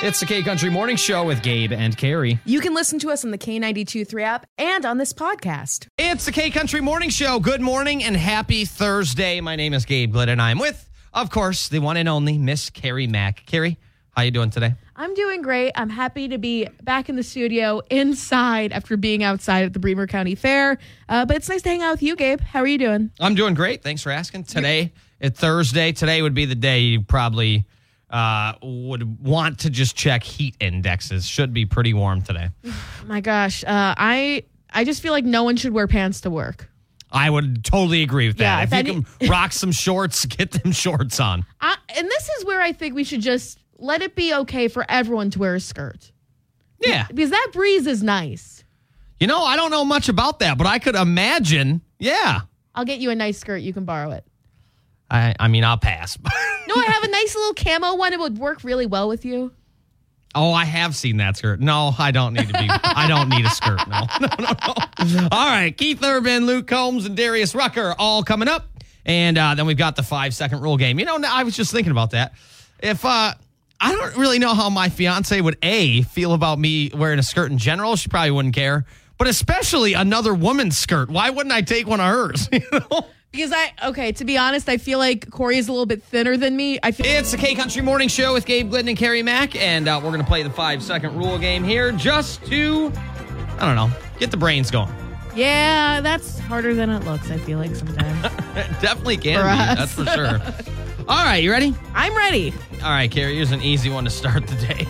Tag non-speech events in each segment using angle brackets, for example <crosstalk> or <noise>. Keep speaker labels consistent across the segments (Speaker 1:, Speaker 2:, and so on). Speaker 1: It's the K Country Morning Show with Gabe and Carrie.
Speaker 2: You can listen to us on the K92.3 app and on this podcast.
Speaker 1: It's the K Country Morning Show. Good morning and happy Thursday. My name is Gabe Glitt, and I'm with, of course, the one and only Miss Carrie Mack. Carrie, how you doing today?
Speaker 2: I'm doing great. I'm happy to be back in the studio inside after being outside at the Bremer County Fair. Uh, but it's nice to hang out with you, Gabe. How are you doing?
Speaker 1: I'm doing great. Thanks for asking. Today, it's Thursday. Today would be the day you probably uh, would want to just check heat indexes. Should be pretty warm today.
Speaker 2: Oh my gosh, uh, I I just feel like no one should wear pants to work.
Speaker 1: I would totally agree with that.
Speaker 2: Yeah,
Speaker 1: if
Speaker 2: if
Speaker 1: you
Speaker 2: any-
Speaker 1: can rock some shorts, <laughs> get them shorts on.
Speaker 2: I, and this is where I think we should just let it be okay for everyone to wear a skirt
Speaker 1: Yeah.
Speaker 2: because that breeze is nice.
Speaker 1: You know, I don't know much about that, but I could imagine. Yeah.
Speaker 2: I'll get you a nice skirt. You can borrow it.
Speaker 1: I, I mean, I'll pass. <laughs>
Speaker 2: No, I <laughs> have a nice little camo one. It would work really well with you.
Speaker 1: oh, I have seen that skirt. No, I don't need to be. I don't need a skirt. No, <laughs> no, no, no. All right. Keith Urban, Luke Combs, and Darius Rucker all coming up. And uh, then we've got the five second rule game. You know, I was just thinking about that. If uh, I don't really know how my fiance would A, feel about me wearing a skirt in general, she probably wouldn't care. But especially another woman's skirt. Why wouldn't I take one of hers? <laughs> You know?
Speaker 2: Because I okay, to be honest, I feel like Corey is a little bit thinner than me. I feel
Speaker 1: It's the K Country Morning Show with Gabe Glidden and Carrie Mack, and uh, we're going to play the five second rule game here just to, I don't know, get the brains going. <laughs>
Speaker 2: yeah, that's harder than it looks. I feel like sometimes.
Speaker 1: Definitely can
Speaker 2: For
Speaker 1: be,
Speaker 2: us.
Speaker 1: that's for sure. All right, you ready?
Speaker 2: I'm ready.
Speaker 1: All right, Carrie, here's an easy one to start the day.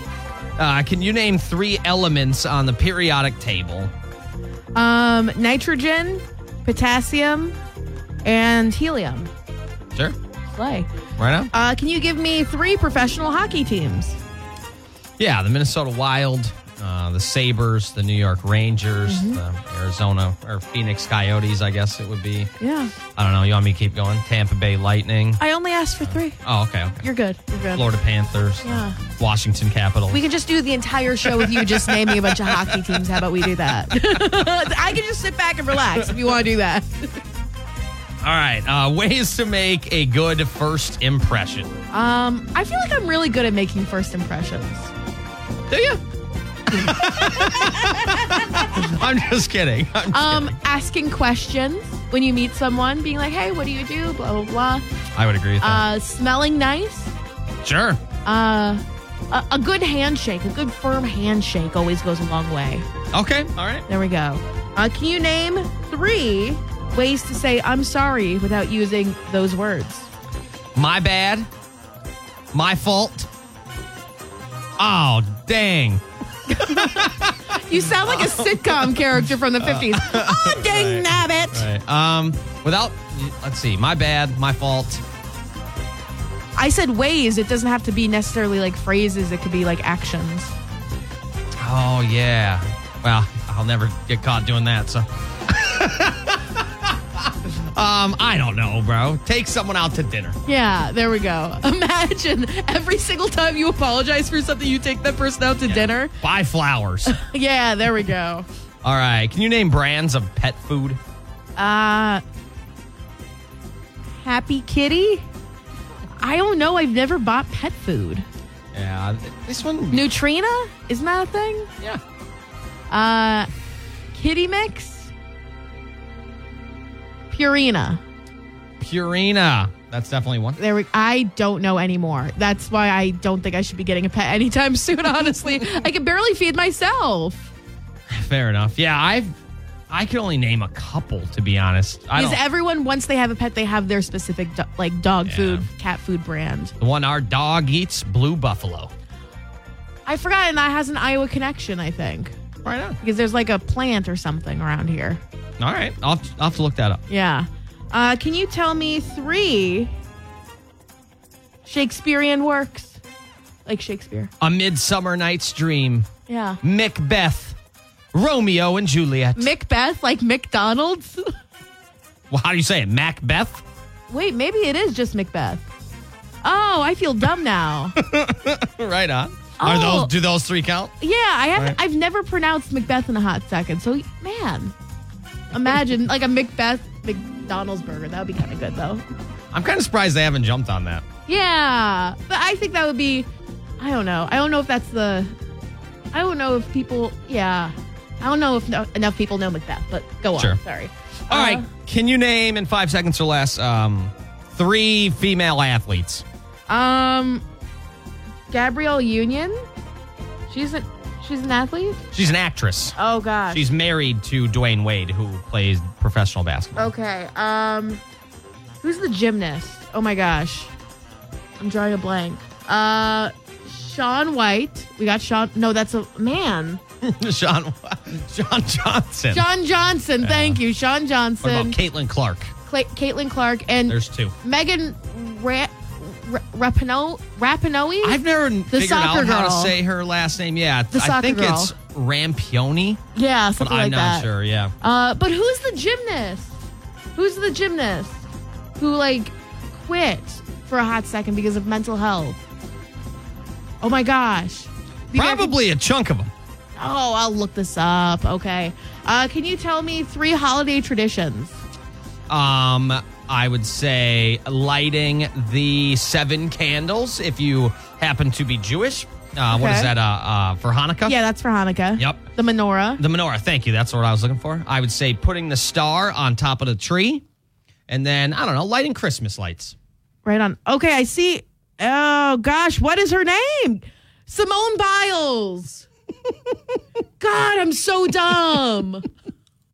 Speaker 1: Uh, can you name three elements on the periodic table?
Speaker 2: Um, nitrogen, potassium, and helium.
Speaker 1: Sure.
Speaker 2: Slay.
Speaker 1: Right now?
Speaker 2: Uh, can you give me three professional hockey teams?
Speaker 1: Yeah, the Minnesota Wild, uh, the Sabres, the New York Rangers, the Arizona or Phoenix Coyotes, I guess it would be.
Speaker 2: Yeah,
Speaker 1: I don't know. You want me to keep going? Tampa Bay Lightning.
Speaker 2: I only asked for three.
Speaker 1: Oh, okay, okay.
Speaker 2: You're good. You're good.
Speaker 1: Florida Panthers,
Speaker 2: Yeah.
Speaker 1: Washington Capitals.
Speaker 2: We can just do the entire show with you just naming a bunch of hockey teams. How about we do that? I can just sit back and relax if you want to do that.
Speaker 1: All right, uh, ways to make a good first impression.
Speaker 2: Um, I feel like I'm really good at making first impressions.
Speaker 1: Do you? <laughs> I'm just kidding. I'm just
Speaker 2: Um,
Speaker 1: kidding.
Speaker 2: asking questions when you meet someone, being like, "Hey, what do you do?" Blah blah blah.
Speaker 1: I would agree with that.
Speaker 2: Uh, smelling nice.
Speaker 1: sure.
Speaker 2: Uh, a, a good handshake, a good firm handshake, always goes a long way.
Speaker 1: Okay. All right.
Speaker 2: There we go. Uh, can you name three ways to say "I'm sorry" without using those words?
Speaker 1: My bad. My fault. Oh, dang.
Speaker 2: You sound like a sitcom character from the '50s. oh, dang nabbit!
Speaker 1: Right. Um, without, let's see. My bad. My fault.
Speaker 2: I said ways. It doesn't have to be necessarily like phrases. It could be like actions.
Speaker 1: Oh yeah. Well, I'll never get caught doing that. So. <laughs> um, I don't know, bro. Take someone out to dinner.
Speaker 2: Yeah, there we go. <laughs> Imagine every single time you apologize for something, you take that person out to dinner.
Speaker 1: Buy flowers.
Speaker 2: Yeah, there we go.
Speaker 1: All right. Can you name brands of pet food?
Speaker 2: Uh, Happy Kitty? I don't know. I've never bought pet food.
Speaker 1: Yeah. This one.
Speaker 2: Neutrina? Isn't that a thing?
Speaker 1: Yeah.
Speaker 2: Uh, Kitty Mix? Purina.
Speaker 1: Purina. That's definitely one. <laughs>
Speaker 2: There we, I don't know anymore. That's why I don't think I should be getting a pet anytime <laughs> soon, honestly. I can barely feed myself.
Speaker 1: Fair enough. Yeah, I've. I could only name a couple, to be honest. I
Speaker 2: Because
Speaker 1: don't.
Speaker 2: everyone, once they have a pet, they have their specific do- like dog
Speaker 1: Yeah.
Speaker 2: food, cat food brand.
Speaker 1: the one our dog eats, Blue Buffalo.
Speaker 2: I forgot, and that has an Iowa connection, I think,
Speaker 1: Right on.
Speaker 2: because there's like a plant or something around here.
Speaker 1: All right. I'll, have to- I'll have to look that up.
Speaker 2: Yeah. Uh, can you tell me three Shakespearean works, like Shakespeare?
Speaker 1: A Midsummer Night's Dream.
Speaker 2: Yeah.
Speaker 1: Macbeth, Romeo and Juliet.
Speaker 2: Macbeth, like McDonald's. <laughs>
Speaker 1: well, how do you say it? Macbeth?
Speaker 2: Wait, maybe it is just Macbeth. Oh, I feel dumb now.
Speaker 1: <laughs> right on.
Speaker 2: Are those- Oh.
Speaker 1: do those three count?
Speaker 2: Yeah, I have.
Speaker 1: Right.
Speaker 2: I've never pronounced Macbeth in a hot second. So, man, imagine like a Macbeth McDonald's burger. That would be kind of good, though.
Speaker 1: I'm kind of surprised they haven't jumped on that.
Speaker 2: Yeah, but I think that would be I don't know. I don't know if that's the. I don't know if people. Yeah, I don't know if no, enough people know Macbeth. But go on.
Speaker 1: Sure.
Speaker 2: Sorry.
Speaker 1: All right.
Speaker 2: Uh,
Speaker 1: Can you name in five seconds or less um, three female athletes?
Speaker 2: Um, Gabrielle Union. She's an she's an athlete.
Speaker 1: She's an actress.
Speaker 2: Oh gosh.
Speaker 1: She's married to Dwayne Wade, who plays professional basketball.
Speaker 2: okay. Um, who's the gymnast? Oh my gosh, I'm drawing a blank. Uh, Sean White. We got Sean. No, that's a man.
Speaker 1: <laughs> Sean, Sean Johnson.
Speaker 2: Sean Oh. Johnson. Thank you, Sean
Speaker 1: what about
Speaker 2: Johnson.
Speaker 1: Caitlin Clark?
Speaker 2: Cla- Caitlin Clark and
Speaker 1: There's two.
Speaker 2: Megan Ra- Ra- Rapinoe. Rapinoe.
Speaker 1: I've never figured out
Speaker 2: soccer
Speaker 1: how to
Speaker 2: girl.
Speaker 1: say her last name. Yeah,
Speaker 2: The
Speaker 1: I
Speaker 2: soccer
Speaker 1: think
Speaker 2: girl.
Speaker 1: it's Rampioni,
Speaker 2: yeah,
Speaker 1: but
Speaker 2: something
Speaker 1: I'm
Speaker 2: like
Speaker 1: not
Speaker 2: that.
Speaker 1: sure. Yeah,
Speaker 2: Uh, but who's the gymnast? Who's the gymnast who like quit for a hot second because of mental health? Oh my gosh. The American-
Speaker 1: probably a chunk of them.
Speaker 2: oh, I'll look this up. Okay. Uh, can you tell me three holiday traditions?
Speaker 1: Um, I would say lighting the seven candles if you happen to be Jewish. Uh, What is
Speaker 2: Okay.
Speaker 1: that uh, uh, for Hanukkah?
Speaker 2: Yeah, that's for Hanukkah.
Speaker 1: Yep.
Speaker 2: The menorah.
Speaker 1: The menorah. Thank you. That's what I was looking for. I would say putting the star on top of the tree, and then I don't know, lighting Christmas lights.
Speaker 2: Right on. Okay, I see. Oh gosh, what is her name? Simone Biles. <laughs> God, I'm so dumb.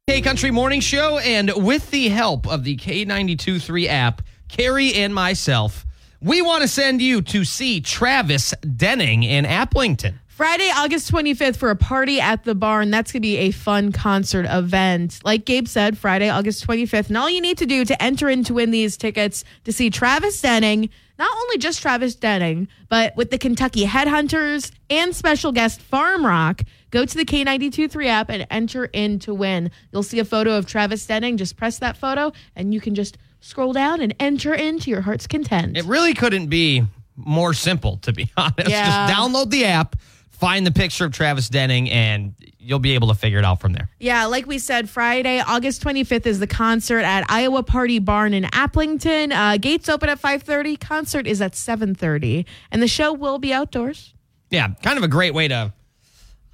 Speaker 1: K Country Morning Show, and with the help of the K92 3 app, Carrie and myself, we want to send you to see Travis Denning in Applington.
Speaker 2: Friday, August 25th for a party at the barn. That's going to be a fun concert event. Like Gabe said, Friday, August 25th. And all you need to do to enter and to win these tickets to see Travis Denning, not only just Travis Denning, but with the Kentucky Headhunters and special guest Farm Rock, go to the K92.3 app and enter in to win. You'll see a photo of Travis Denning. Just press that photo and you can just scroll down and enter into your heart's content.
Speaker 1: It really couldn't be more simple, to be <laughs> honest.
Speaker 2: Yeah.
Speaker 1: Just download the app, find the picture of Travis Denning, and you'll be able to figure it out from there.
Speaker 2: Yeah, like we said, Friday, August 25th is the concert at Iowa Party Barn in Applington. Uh, gates open at 5:30. Concert is at 7:30, and the show will be outdoors.
Speaker 1: Yeah, kind of a great way to,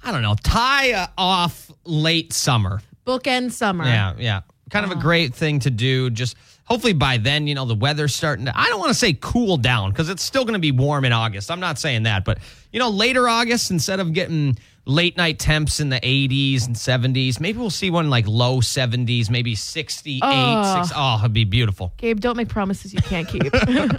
Speaker 1: I don't know, tie uh, off late summer.
Speaker 2: Bookend summer.
Speaker 1: Yeah, yeah. Kind of a great thing to do. Just hopefully by then, you know, the weather's starting to, I don't want to say cool down because it's still going to be warm in August. I'm not saying that. But, you know, later August, instead of getting late night temps in the 80s and 70s, maybe we'll see one like low 70s, maybe 68.
Speaker 2: Oh.
Speaker 1: Six, oh, it'd be beautiful.
Speaker 2: Gabe, don't make promises you can't keep. <laughs>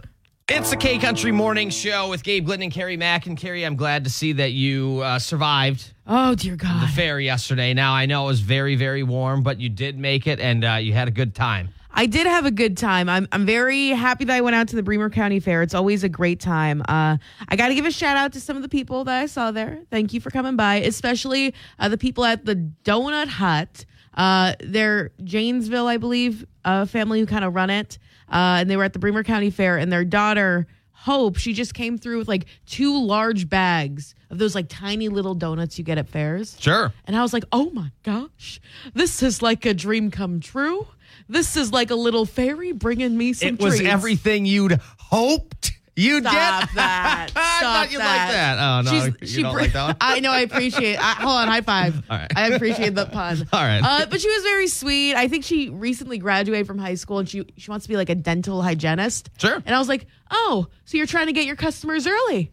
Speaker 1: It's the K Country Morning Show with Gabe Glidden and Carrie Mack. And Carrie, I'm glad to see that you uh, survived
Speaker 2: oh dear <laughs> God.
Speaker 1: fair yesterday. Now, I know it was very, very warm, but you did make it and uh, you had a good time.
Speaker 2: I did have a good time. I'm I'm very happy that I went out to the Bremer County Fair. It's always a great time. Uh, I got to give a shout out to some of the people that I saw there. Thank you for coming by, especially uh, the people at the Donut Hut. Uh, they're Janesville, I believe, a family who kind of run it, uh, and they were at the Bremer County Fair, and their daughter. Hope she just came through with like two large bags of those like tiny little donuts you get at fairs.
Speaker 1: Sure.
Speaker 2: And I was like, oh my gosh, this is like a dream come true. This is like a little fairy bringing me some
Speaker 1: it was
Speaker 2: treats.
Speaker 1: everything you'd hoped you'd
Speaker 2: Stop
Speaker 1: get. <laughs>
Speaker 2: that.
Speaker 1: I thought
Speaker 2: Stop
Speaker 1: you'd like that. Oh, no.
Speaker 2: She's-
Speaker 1: you
Speaker 2: she
Speaker 1: don't
Speaker 2: br-
Speaker 1: like that one?
Speaker 2: <laughs> I know. I appreciate I, Hold on. High five.
Speaker 1: All right.
Speaker 2: I appreciate that pun.
Speaker 1: <laughs> All right.
Speaker 2: Uh, but she was very sweet. I think she recently graduated from high school and she, she wants to be like a dental hygienist.
Speaker 1: Sure.
Speaker 2: And I was like, oh, so you're trying to get your customers early.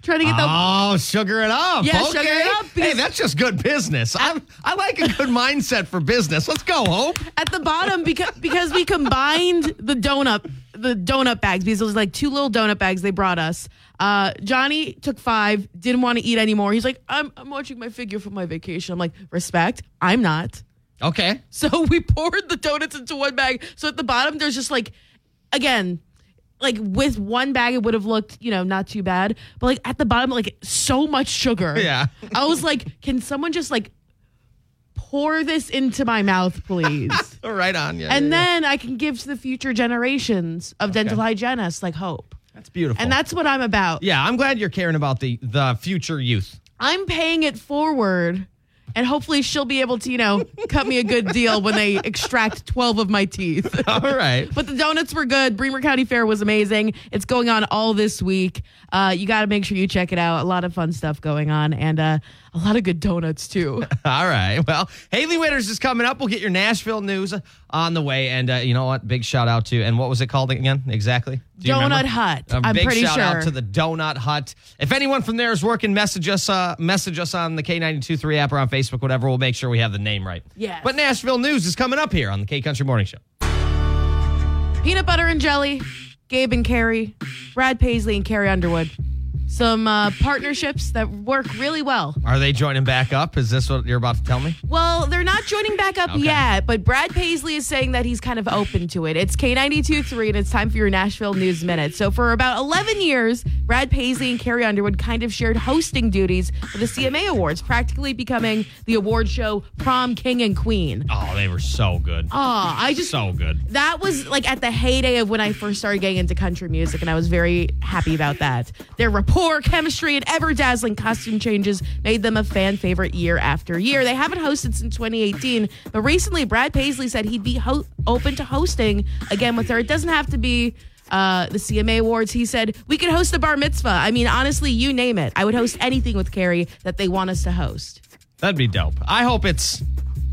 Speaker 2: Trying to get them.
Speaker 1: Oh, sugar it up.
Speaker 2: Yeah,
Speaker 1: okay.
Speaker 2: sugar it up
Speaker 1: Hey,
Speaker 2: because-
Speaker 1: that's just good business. I, I like a good mindset for business. Let's go, Hope.
Speaker 2: at the bottom because because we combined the donut the donut bags because it was like two little donut bags they brought us. Uh, Johnny took five, didn't want to eat anymore. He's like, I'm I'm watching my figure for my vacation. I'm like, respect, I'm not. <laughs>
Speaker 1: Okay.
Speaker 2: So we poured the donuts into one bag. So at the bottom, there's just like, again, like with one bag, it would have looked, you know, not too bad. But like at the bottom, like so much sugar.
Speaker 1: Yeah.
Speaker 2: I was like, can someone just like pour this into my mouth, please?
Speaker 1: All right on. Yeah.
Speaker 2: and
Speaker 1: yeah, yeah.
Speaker 2: then I can give to the future generations of dental hygienists like hope.
Speaker 1: that's beautiful.
Speaker 2: And that's what I'm about.
Speaker 1: yeah, I'm glad you're caring about the the future youth. <laughs>
Speaker 2: I'm paying it forward And hopefully she'll be able to, you know, cut me a good deal when they extract 12 of my teeth.
Speaker 1: All right.
Speaker 2: But the donuts were good. Bremer County Fair was amazing. It's going on all this week. Uh, you got to make sure you check it out. A lot of fun stuff going on and uh, a lot of good donuts, too.
Speaker 1: <laughs> All right. Well, Haley Winters is coming up. We'll get your Nashville news on the way. And uh, you know what? Big shout out to, and what was it called again? Exactly. Do you
Speaker 2: Donut
Speaker 1: remember?
Speaker 2: Hut.
Speaker 1: A
Speaker 2: I'm
Speaker 1: big
Speaker 2: pretty
Speaker 1: shout out
Speaker 2: sure.
Speaker 1: to the Donut Hut. If anyone from there is working, message us. Uh, message us on the K923 app or on Facebook, whatever. We'll make sure we have the name right.
Speaker 2: Yes.
Speaker 1: But Nashville news is coming up here on the K Country Morning Show.
Speaker 2: Peanut butter and jelly, Gabe and Carrie, Brad Paisley and Carrie Underwood. Some uh, partnerships that work really well.
Speaker 1: Are they joining back up? Is this what you're about to tell me?
Speaker 2: Well, they're not joining back up
Speaker 1: Okay.
Speaker 2: yet, but Brad Paisley is saying that he's kind of open to it. It's K92.3, and it's time for your Nashville News Minute. So, for about 11 years, Brad Paisley and Carrie Underwood kind of shared hosting duties for the CMA Awards, practically becoming the award show prom king and queen.
Speaker 1: Oh, they were so good.
Speaker 2: Aw, I just
Speaker 1: So good.
Speaker 2: that was like at the heyday of when I first started getting into country music, and I was very happy about that. Their rapport, chemistry, and ever dazzling costume changes made them a fan favorite year after year. They haven't hosted since 2018, but recently Brad Paisley said he'd be ho- open to hosting again with her. It doesn't have to be. Uh, the CMA Awards, he said, we could host a bar mitzvah. I mean, honestly, you name it. I would host anything with Carrie that they want us to host.
Speaker 1: That'd be dope. I hope it's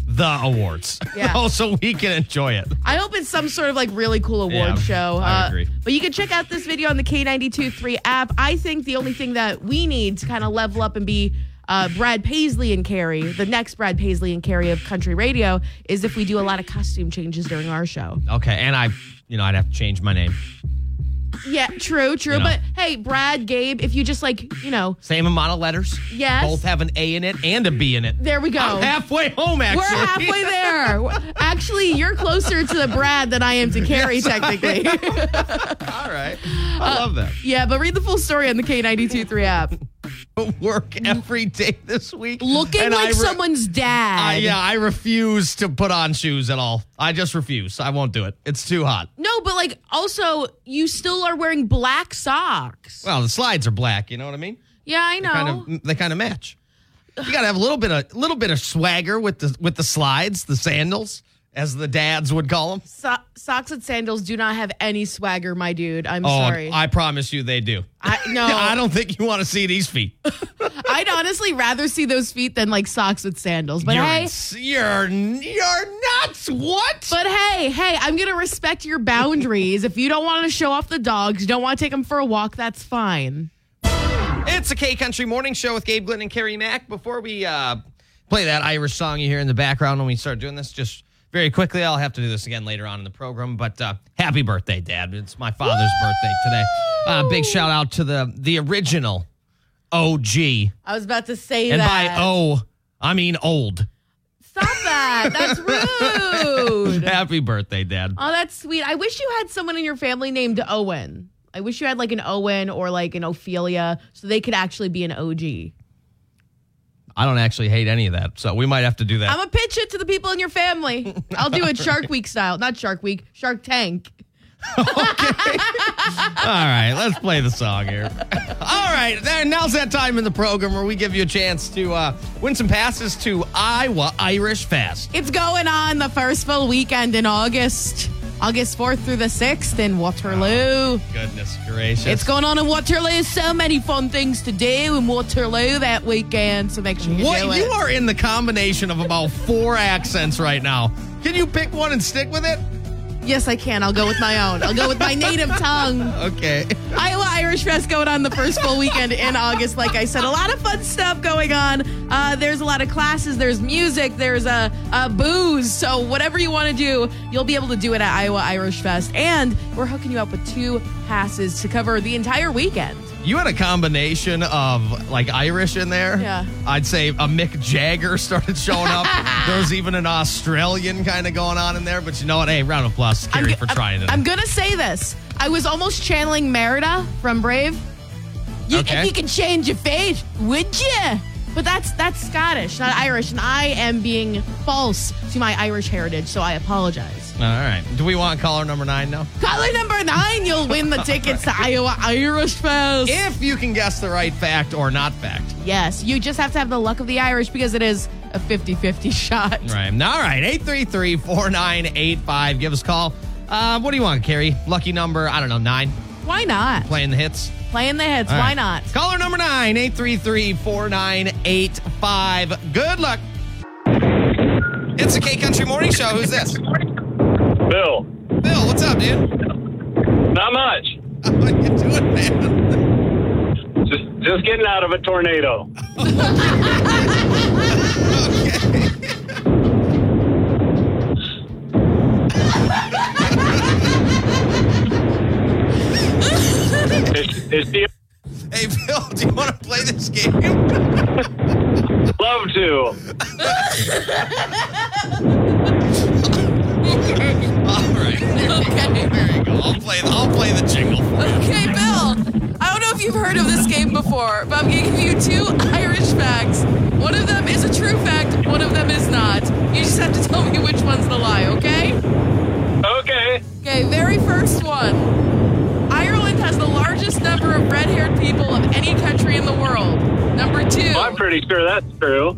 Speaker 1: the awards. <laughs>
Speaker 2: Yeah.
Speaker 1: so we can enjoy it.
Speaker 2: I hope it's some sort of like really cool award
Speaker 1: Yeah,
Speaker 2: show. uh,
Speaker 1: I agree.
Speaker 2: But you can check out this video on the K92.3 app. I think the only thing that we need to kind of level up and be uh, Brad Paisley and Carrie, the next Brad Paisley and Carrie of country radio, is if we do a lot of costume changes during our show.
Speaker 1: Okay, and I, you know, I'd have to change my name.
Speaker 2: Yeah, true, true.
Speaker 1: You know.
Speaker 2: But hey, Brad, Gabe, if you just like, you know,
Speaker 1: Same amount of letters.
Speaker 2: Yes.
Speaker 1: Both have an A in it and a B in it.
Speaker 2: there we go.
Speaker 1: I'm halfway home, actually.
Speaker 2: We're
Speaker 1: <laughs>
Speaker 2: halfway there. Actually, you're closer to the Brad than I am
Speaker 1: <laughs>
Speaker 2: to Carrie, technically.
Speaker 1: All right. I love that.
Speaker 2: <laughs> yeah, but read the full story on the K92.3 app.
Speaker 1: Work every day this week.
Speaker 2: looking
Speaker 1: and I
Speaker 2: like
Speaker 1: re-
Speaker 2: someone's dad.
Speaker 1: I, yeah, I refuse to put on shoes at all. I just refuse. I won't do it. It's too hot.
Speaker 2: No, but like also you still are wearing black socks.
Speaker 1: Well, the slides are black. You know what I mean?
Speaker 2: yeah, I know.
Speaker 1: Kind of, they kind of match. You gotta have a little bit of little bit of swagger with the with the slides, the sandals, as the dads would call them.
Speaker 2: So- socks and sandals do not have any swagger, my dude. I'm
Speaker 1: Oh,
Speaker 2: sorry.
Speaker 1: I promise you, they do.
Speaker 2: I- no.
Speaker 1: <laughs> I don't think you want to see these feet.
Speaker 2: I'd honestly rather see those feet than like socks with sandals. But
Speaker 1: you're,
Speaker 2: hey,
Speaker 1: ins- you're you're nuts. What?
Speaker 2: but hey, hey, I'm gonna respect your boundaries. if you don't want to show off the dogs, you don't want to take them for a walk, that's fine.
Speaker 1: It's a K Country Morning Show with Gabe Glenn and Carrie Mack. Before we uh, play that Irish song you hear in the background when we start doing this, just very quickly, I'll have to do this again later on in the program. But uh, happy birthday, Dad! It's my father's birthday today. Uh, big shout out to the the original OG,
Speaker 2: I was about to say
Speaker 1: and by oh O,
Speaker 2: that.
Speaker 1: I mean old.
Speaker 2: Stop
Speaker 1: <laughs>
Speaker 2: that. That's rude.
Speaker 1: Happy birthday, Dad!
Speaker 2: Oh, that's sweet. I wish you had someone in your family named Owen. I wish you had like an Owen or like an Ophelia so they could actually be an OG.
Speaker 1: I don't actually hate any of that, so we might have to do that.
Speaker 2: I'm going to pitch it to the people in your family.
Speaker 1: <laughs>
Speaker 2: I'll do it Shark Week style. Not Shark Week, Shark Tank.
Speaker 1: All right, let's play the song here. All right, there, now's that time in the program where we give you a chance to uh, win some passes to Iowa Irish Fest.
Speaker 2: It's going on the first full weekend in August, August 4th through the 6th in Waterloo.
Speaker 1: Goodness gracious.
Speaker 2: It's going on in Waterloo. So many fun things to do in Waterloo that weekend. So make sure you do
Speaker 1: What
Speaker 2: it.
Speaker 1: you are in the combination of about four accents right now. Can you pick one and stick with it?
Speaker 2: yes, I can. I'll go with my own. I'll go with
Speaker 1: <laughs>
Speaker 2: my native tongue.
Speaker 1: Okay.
Speaker 2: Iowa Irish Fest going on the first full weekend in August. Like I said, a lot of fun stuff going on. Uh, there's a lot of classes, there's music, there's a, uh booze. So whatever you want to do, you'll be able to do it at Iowa Irish Fest. And we're hooking you up with two passes to cover the entire weekend.
Speaker 1: You had a combination of like Irish in there.
Speaker 2: Yeah.
Speaker 1: I'd say a Mick Jagger started showing
Speaker 2: <laughs>
Speaker 1: up. there was even an Australian kind of going on in there, but you know what? Hey, round of applause, to Carrie,
Speaker 2: g-
Speaker 1: for trying it.
Speaker 2: I'm gonna say this. I was almost channeling Merida from Brave. You,
Speaker 1: Okay.
Speaker 2: If you could change your face, would you? But that's that's Scottish, not Irish, and I am being false to my Irish heritage, so I apologize.
Speaker 1: All right. Do we want caller number nine now?
Speaker 2: Caller number nine, you'll
Speaker 1: <laughs>
Speaker 2: win the tickets to Iowa Irish Fest.
Speaker 1: If you can guess the right fact or not fact.
Speaker 2: yes, you just have to have the luck of the Irish because it is a 50-50 <laughs> shot.
Speaker 1: Right. All right. 833 4985. Give us a call. Uh, what do you want, Carrie? Lucky number, I don't know, nine.
Speaker 2: Why not?
Speaker 1: Playing the hits.
Speaker 2: Playing the hits,
Speaker 1: All
Speaker 2: why
Speaker 1: right. <laughs>
Speaker 2: not? <laughs>
Speaker 1: Caller number nine, 833 4985. Good luck. It's the K Country Morning Show. Who's this?
Speaker 3: Bill,
Speaker 1: Bill, what's up, dude? <laughs>
Speaker 3: not much.
Speaker 1: How you doing, man?
Speaker 3: Just just getting out of a tornado. it's, it's the
Speaker 1: Hey, Bill, do you want to play this game? <laughs>
Speaker 3: love to.
Speaker 1: All right. There you go. I'll play, I'll play the jingle for you.
Speaker 4: Okay, Bill. I don't know if you've heard of this game before, but I'm going to give you two <laughs> Irish facts. One of them is a true fact, one of them is not. You just have to <laughs> tell me which one's the lie, okay?
Speaker 3: Okay.
Speaker 4: Okay, very first one. Ireland has the largest number of red haired people of any country in the world. Number two.
Speaker 3: Well, I'm pretty sure that's true.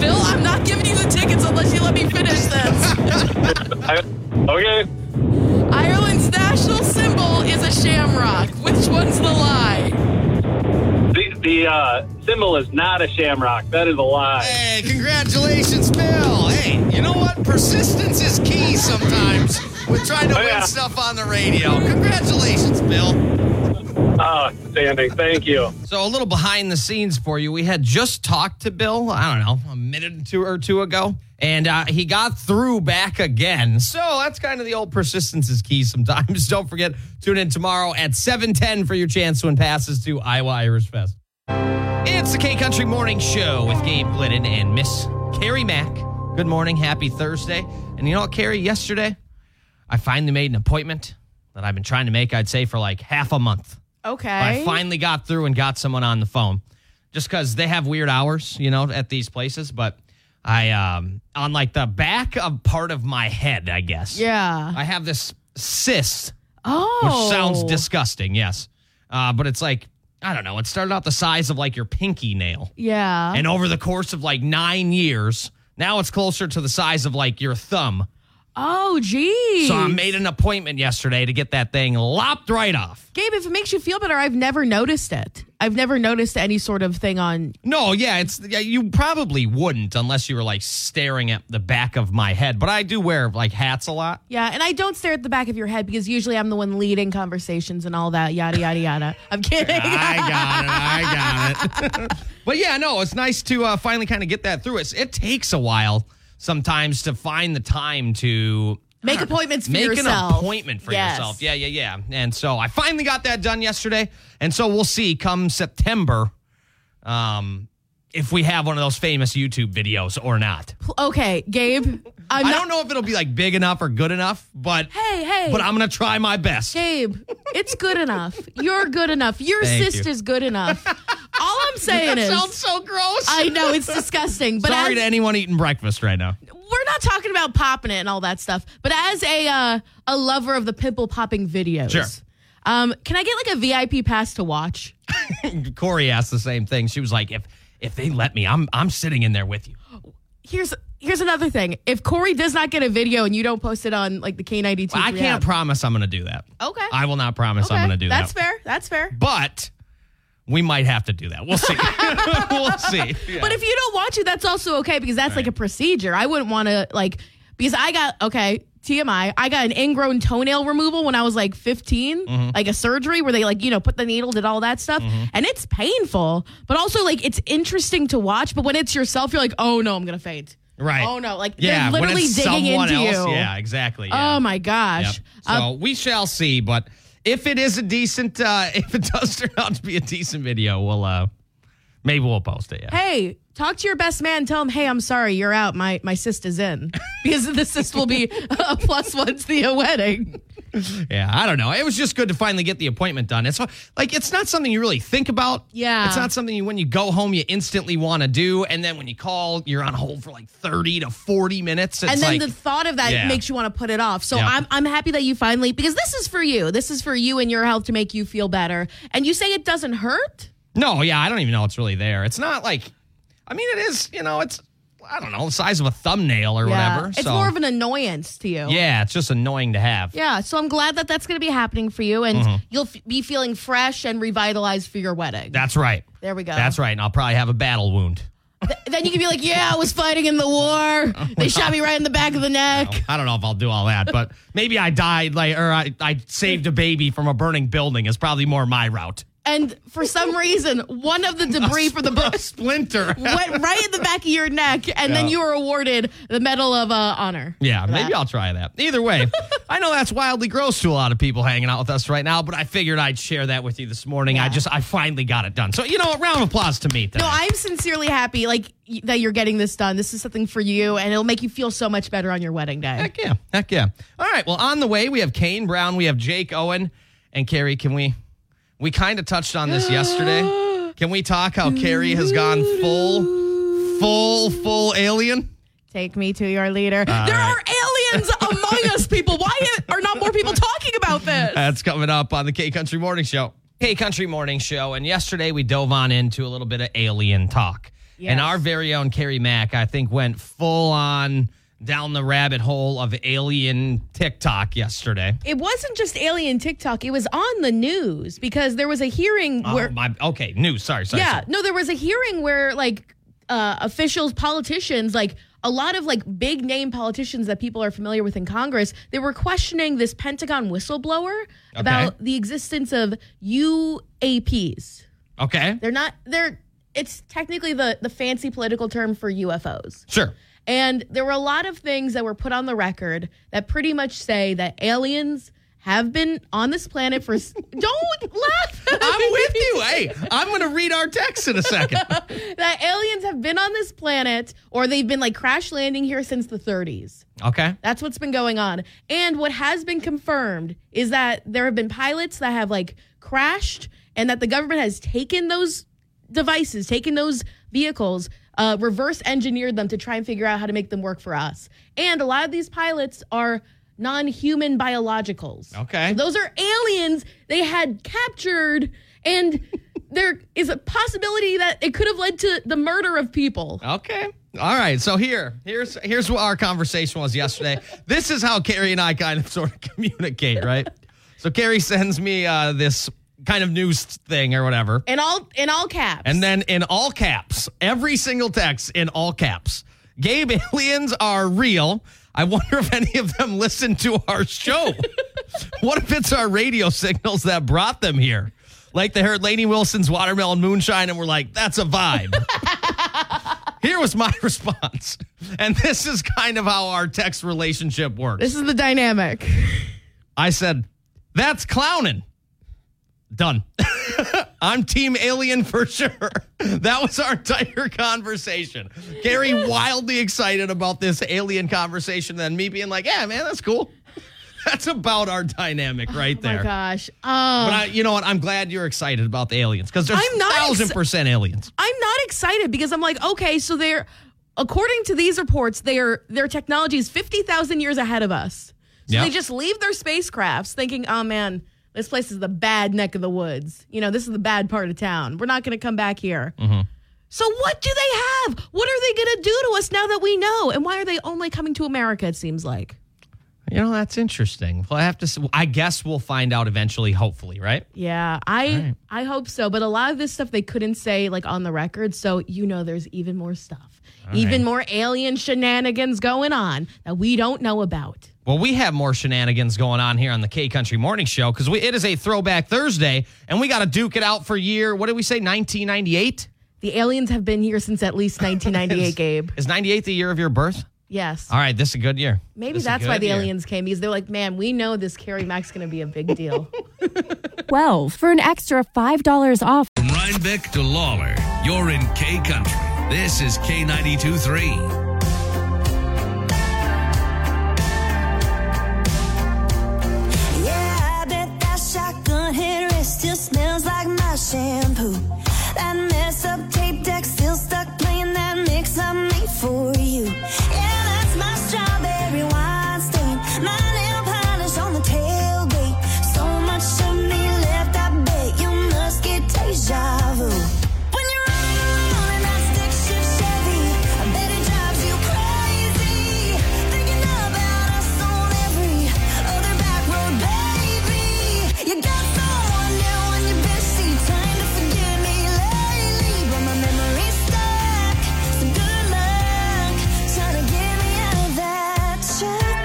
Speaker 4: Bill, I'm not giving you the tickets unless you let me finish this.
Speaker 3: I, okay.
Speaker 4: Ireland's national symbol is a shamrock. Which one's the lie?
Speaker 3: The, the uh, symbol is not a shamrock. That is a lie.
Speaker 1: Hey, congratulations, Bill. Hey, you know what? Persistence is key sometimes with trying to
Speaker 3: Oh, yeah.
Speaker 1: win stuff on the radio. Congratulations, Bill.
Speaker 3: Ah, Sandy, thank you.
Speaker 1: So, a little behind the scenes for you. We had just talked to Bill, I don't know, a minute or two, or two ago, and uh, he got through back again. So, that's kind of the old persistence is key sometimes. <laughs> Don't forget, tune in tomorrow at 7.10 for your chance to win passes to Iowa Irish Fest. It's the K Country Morning Show with Gabe Glidden and Miss Carrie Mack. Good morning, happy Thursday. And you know what, Carrie? Yesterday, I finally made an appointment that I've been trying to make, I'd say, for like half a month. But
Speaker 2: Okay.
Speaker 1: I finally got through and got someone on the phone just because they have weird hours, you know, at these places. But I, um, on like the back of part of my head, I guess.
Speaker 2: yeah.
Speaker 1: I have this cyst
Speaker 2: oh.
Speaker 1: which sounds disgusting, yes. Uh, but it's like, I don't know, it started out the size of like your pinky nail.
Speaker 2: Yeah.
Speaker 1: And over the course of like nine years, now it's closer to the size of like your thumb.
Speaker 2: oh, geez.
Speaker 1: So I made an appointment yesterday to get that thing lopped right off.
Speaker 2: Gabe, if it makes you feel better, I've never noticed it. I've never noticed any sort of thing on.
Speaker 1: No, yeah, it's yeah, you probably wouldn't unless you were like staring at the back of my head. But I do wear like hats a lot.
Speaker 2: Yeah, and I don't stare at the back of your head because usually I'm the one leading conversations and all that, yada, yada, yada. I'm kidding.
Speaker 1: <laughs> I got it. I got it. <laughs> but yeah, no, it's nice to uh, finally kind of get that through. It's, it takes a while sometimes to find the time to
Speaker 2: Make <laughs> appointments for
Speaker 1: make
Speaker 2: yourself.
Speaker 1: an appointment for
Speaker 2: Yes.
Speaker 1: yourself. Yeah, yeah, yeah. And so I finally got that done yesterday. And so we'll see come September um, if we have one of those famous YouTube videos or not.
Speaker 2: okay, Gabe, I'm
Speaker 1: I
Speaker 2: not.
Speaker 1: don't know if it'll be like big enough or good enough, but
Speaker 2: Hey, hey.
Speaker 1: but I'm gonna try my best.
Speaker 2: Gabe, it's good enough. You're good enough. Your
Speaker 1: Thank you.
Speaker 2: sister's good enough.
Speaker 1: <laughs>
Speaker 2: All I'm saying
Speaker 1: that
Speaker 2: is,
Speaker 1: sounds so gross.
Speaker 2: I know it's disgusting, but
Speaker 1: Sorry
Speaker 2: as-
Speaker 1: to anyone eating breakfast right now.
Speaker 2: we're not talking about popping it and all that stuff, but as a uh, a lover of the pimple popping videos,
Speaker 1: Sure.
Speaker 2: um, can I get like a VIP pass to watch?
Speaker 1: Corey asked the same thing. She was like, "If if they let me, I'm I'm sitting in there with you."
Speaker 2: Oh, Here's here's another thing: if Corey does not get a video and you don't post it on like the K ninety two,
Speaker 1: I can't promise I'm gonna do that.
Speaker 2: Okay.
Speaker 1: I will not promise I'm gonna do
Speaker 2: That's
Speaker 1: that.
Speaker 2: fair. That's fair.
Speaker 1: But we might have to do that. We'll
Speaker 2: <laughs>
Speaker 1: see. we'll see. Yeah.
Speaker 2: But if you don't want to, that's also okay because that's like a procedure. I wouldn't want to like because I got okay TMI. I got an ingrown toenail removal when I was like 15,
Speaker 1: Mm-hmm.
Speaker 2: like a surgery where they like you know put the needle, did all that stuff, and it's painful. But also like it's interesting to watch. But when it's yourself, you're like, oh no, I'm gonna faint.
Speaker 1: right.
Speaker 2: Oh no, like
Speaker 1: yeah,
Speaker 2: they're
Speaker 1: when
Speaker 2: literally
Speaker 1: it's
Speaker 2: digging
Speaker 1: someone
Speaker 2: into
Speaker 1: else,
Speaker 2: you.
Speaker 1: Yeah, exactly. yeah.
Speaker 2: Oh my <laughs>
Speaker 1: Yep.
Speaker 2: gosh.
Speaker 1: So
Speaker 2: Uh,
Speaker 1: we shall see. But if it is a decent, uh, <laughs> if it does turn out to be a decent video, we'll uh, maybe we'll post it. Yeah.
Speaker 2: hey, talk to your best man. Tell him, hey, I'm sorry, you're <laughs> out. My my cyst is in because the cyst will be a plus one to the wedding.
Speaker 1: Yeah, I don't know. It was just good to finally get the appointment done. It's like it's not something you really think about.
Speaker 2: Yeah.
Speaker 1: It's not something you when you go home you instantly want to do and then when you call you're on hold for like 30 to 40 minutes. It's
Speaker 2: and then
Speaker 1: like
Speaker 2: the thought of that
Speaker 1: Yeah.
Speaker 2: makes you want to put it off. So
Speaker 1: Yeah.
Speaker 2: I'm, I'm happy that you finally, because this is for you. This is for you and your health to make you feel better. And you say it doesn't hurt?
Speaker 1: No, yeah, I don't even know it's really there. It's not like I mean it is, you know, it's I don't know, the size of a thumbnail or whatever.
Speaker 2: It's
Speaker 1: so
Speaker 2: more of an annoyance to you.
Speaker 1: Yeah, it's just annoying to have.
Speaker 2: Yeah, so I'm glad that that's going to be happening for you, and
Speaker 1: Mm-hmm.
Speaker 2: you'll f- be feeling fresh and revitalized for your wedding.
Speaker 1: That's right.
Speaker 2: there we go.
Speaker 1: That's right. And I'll probably have a battle wound.
Speaker 2: Then you can be like, "Yeah, I was fighting in
Speaker 1: <laughs>
Speaker 2: the
Speaker 1: Oh
Speaker 2: war. They shot me right in the back of the neck."
Speaker 1: I don't know if I'll do all that,
Speaker 2: <laughs>
Speaker 1: but maybe I died like or I, I saved a baby from a burning building is probably more my route.
Speaker 2: And for some reason, one
Speaker 1: <laughs>
Speaker 2: of the debris from the book
Speaker 1: A <laughs> splinter.
Speaker 2: went right in the back of your neck, and then
Speaker 1: Yeah.
Speaker 2: you were awarded the Medal of uh, Honor.
Speaker 1: Yeah,
Speaker 2: for
Speaker 1: maybe
Speaker 2: that.
Speaker 1: I'll try that. Either
Speaker 2: <laughs>
Speaker 1: way, I know that's wildly gross to a lot of people hanging out with us right now, but I figured I'd share that with you this morning. I just I finally got it done. So you know, a round of applause to me.
Speaker 2: No, I'm sincerely happy, like y- that you're getting this done. This is something for you, and it'll make you feel so much better on your wedding day.
Speaker 1: Heck yeah, heck yeah. All right, well, on the way we have Kane Brown, we have Jake Owen, and Carrie. Can we? We kind of touched on this yesterday. Can we talk how Carrie has gone full, full, full alien?
Speaker 2: <laughs> Take me to your leader.
Speaker 4: There are aliens among us, people. Why are not more people talking about this?
Speaker 1: That's coming up on the K Country Morning Show. K Country Morning Show. And yesterday we dove on into a little bit of alien talk.
Speaker 2: Yes.
Speaker 1: And our very own Carrie Mack, I think, went full on down the rabbit hole of alien TikTok yesterday.
Speaker 2: it wasn't just alien TikTok. It was on the news because there was a hearing where
Speaker 1: oh, my, okay, news. Sorry, sorry.
Speaker 2: yeah,
Speaker 1: sorry.
Speaker 2: no, there was a hearing where like uh, officials, politicians, like a lot of like big name politicians that people are familiar with in Congress, they were questioning this Pentagon whistleblower about the existence of UAPs.
Speaker 1: Okay.
Speaker 2: They're not they're it's technically the the fancy political term for UFOs.
Speaker 1: Sure.
Speaker 2: And there were a lot of things that were put on the record that pretty much say that aliens have been on this planet for. s- <laughs> don't laugh. at
Speaker 1: I'm
Speaker 2: me.
Speaker 1: with you. Hey, I'm going to read our text in a second.
Speaker 2: That aliens have been on this planet, or they've been like crash landing here since the 30s.
Speaker 1: Okay.
Speaker 2: That's what's been going on. And what has been confirmed is that there have been pilots that have like crashed and that the government has taken those devices, taken those vehicles, uh, reverse engineered them to try and figure out how to make them work for us. And a lot of these pilots are non human biologicals.
Speaker 1: Okay.
Speaker 2: So those are aliens they had captured. And <laughs> there is a possibility that it could have led to the murder of people.
Speaker 1: Okay. All right. So here, here's here's what our conversation was yesterday. this is how Carrie and I kind of <laughs> sort of communicate, right? So Carrie sends me uh, this kind of news thing or whatever,
Speaker 2: In all, in all caps.
Speaker 1: and then in all caps, every single text in all caps, Gabe <laughs> aliens are real. I wonder if any of them listen to our show. what if it's our radio signals that brought them here? Like they heard Laney Wilson's Watermelon Moonshine and were like, that's a vibe. Here was my <laughs> response. And this is kind of how our text relationship works.
Speaker 2: this is the dynamic.
Speaker 1: I said, "That's clowning." Done. <laughs> I'm team alien for sure. <laughs> That was our entire conversation. Gary wildly excited about this alien conversation, then me being like, "Yeah, man, that's cool." <laughs> That's about our dynamic right
Speaker 2: Oh
Speaker 1: there.
Speaker 2: my gosh. Um,
Speaker 1: But I, you know what? I'm glad you're excited about the aliens because there's
Speaker 2: I'm not ex-
Speaker 1: thousand percent aliens.
Speaker 2: I'm not excited because I'm like, okay, so they're according to these reports, their their technology is fifty thousand years ahead of us. So
Speaker 1: Yeah.
Speaker 2: they just leave their spacecrafts thinking, oh man, this place is the bad neck of the woods. You know, this is the bad part of town. We're not gonna come back here. So what do they have? What are they gonna do to us now that we know? And why are they only coming to America? It seems like.
Speaker 1: You know, that's interesting. Well, I have to. s- I guess we'll find out eventually. Hopefully, right?
Speaker 2: Yeah, I I hope so. But a lot of this stuff they couldn't say like on the record, so you know there's even more stuff, even more alien shenanigans going on that we don't know about.
Speaker 1: Well, we have more shenanigans going on here on the K Country Morning Show because it is a throwback Thursday, and we got to duke it out for year. What did we say? Nineteen ninety eight.
Speaker 2: The aliens have been here since at
Speaker 1: <laughs>
Speaker 2: least 1998, Gabe.
Speaker 1: Is ninety eight the year of your birth?
Speaker 2: Yes,
Speaker 1: All right, this is a good year.
Speaker 2: maybe
Speaker 1: This is a
Speaker 2: that's why
Speaker 1: good
Speaker 2: the
Speaker 1: year.
Speaker 2: aliens came because they're like, man, we know this Carrie Mack's gonna be a big deal.
Speaker 5: 12 for an extra $5 off
Speaker 6: From Rhinebeck to Lawler, you're in K Country. This is K92 3.
Speaker 7: Yeah. shampoo. That mess up tape deck still stuck playing that mix I made for you. Yeah, that's my strawberry wine stain. My nail polish on the tailgate. So much of me left, I bet you must get deja vu. When you're on an I stick shift Chevy, I bet it drives you crazy. Thinking about us on every other back road, baby. You got someone new on your bed sheet, trying to forget me lately, but my memory's stuck. So good luck trying to get me out of that check.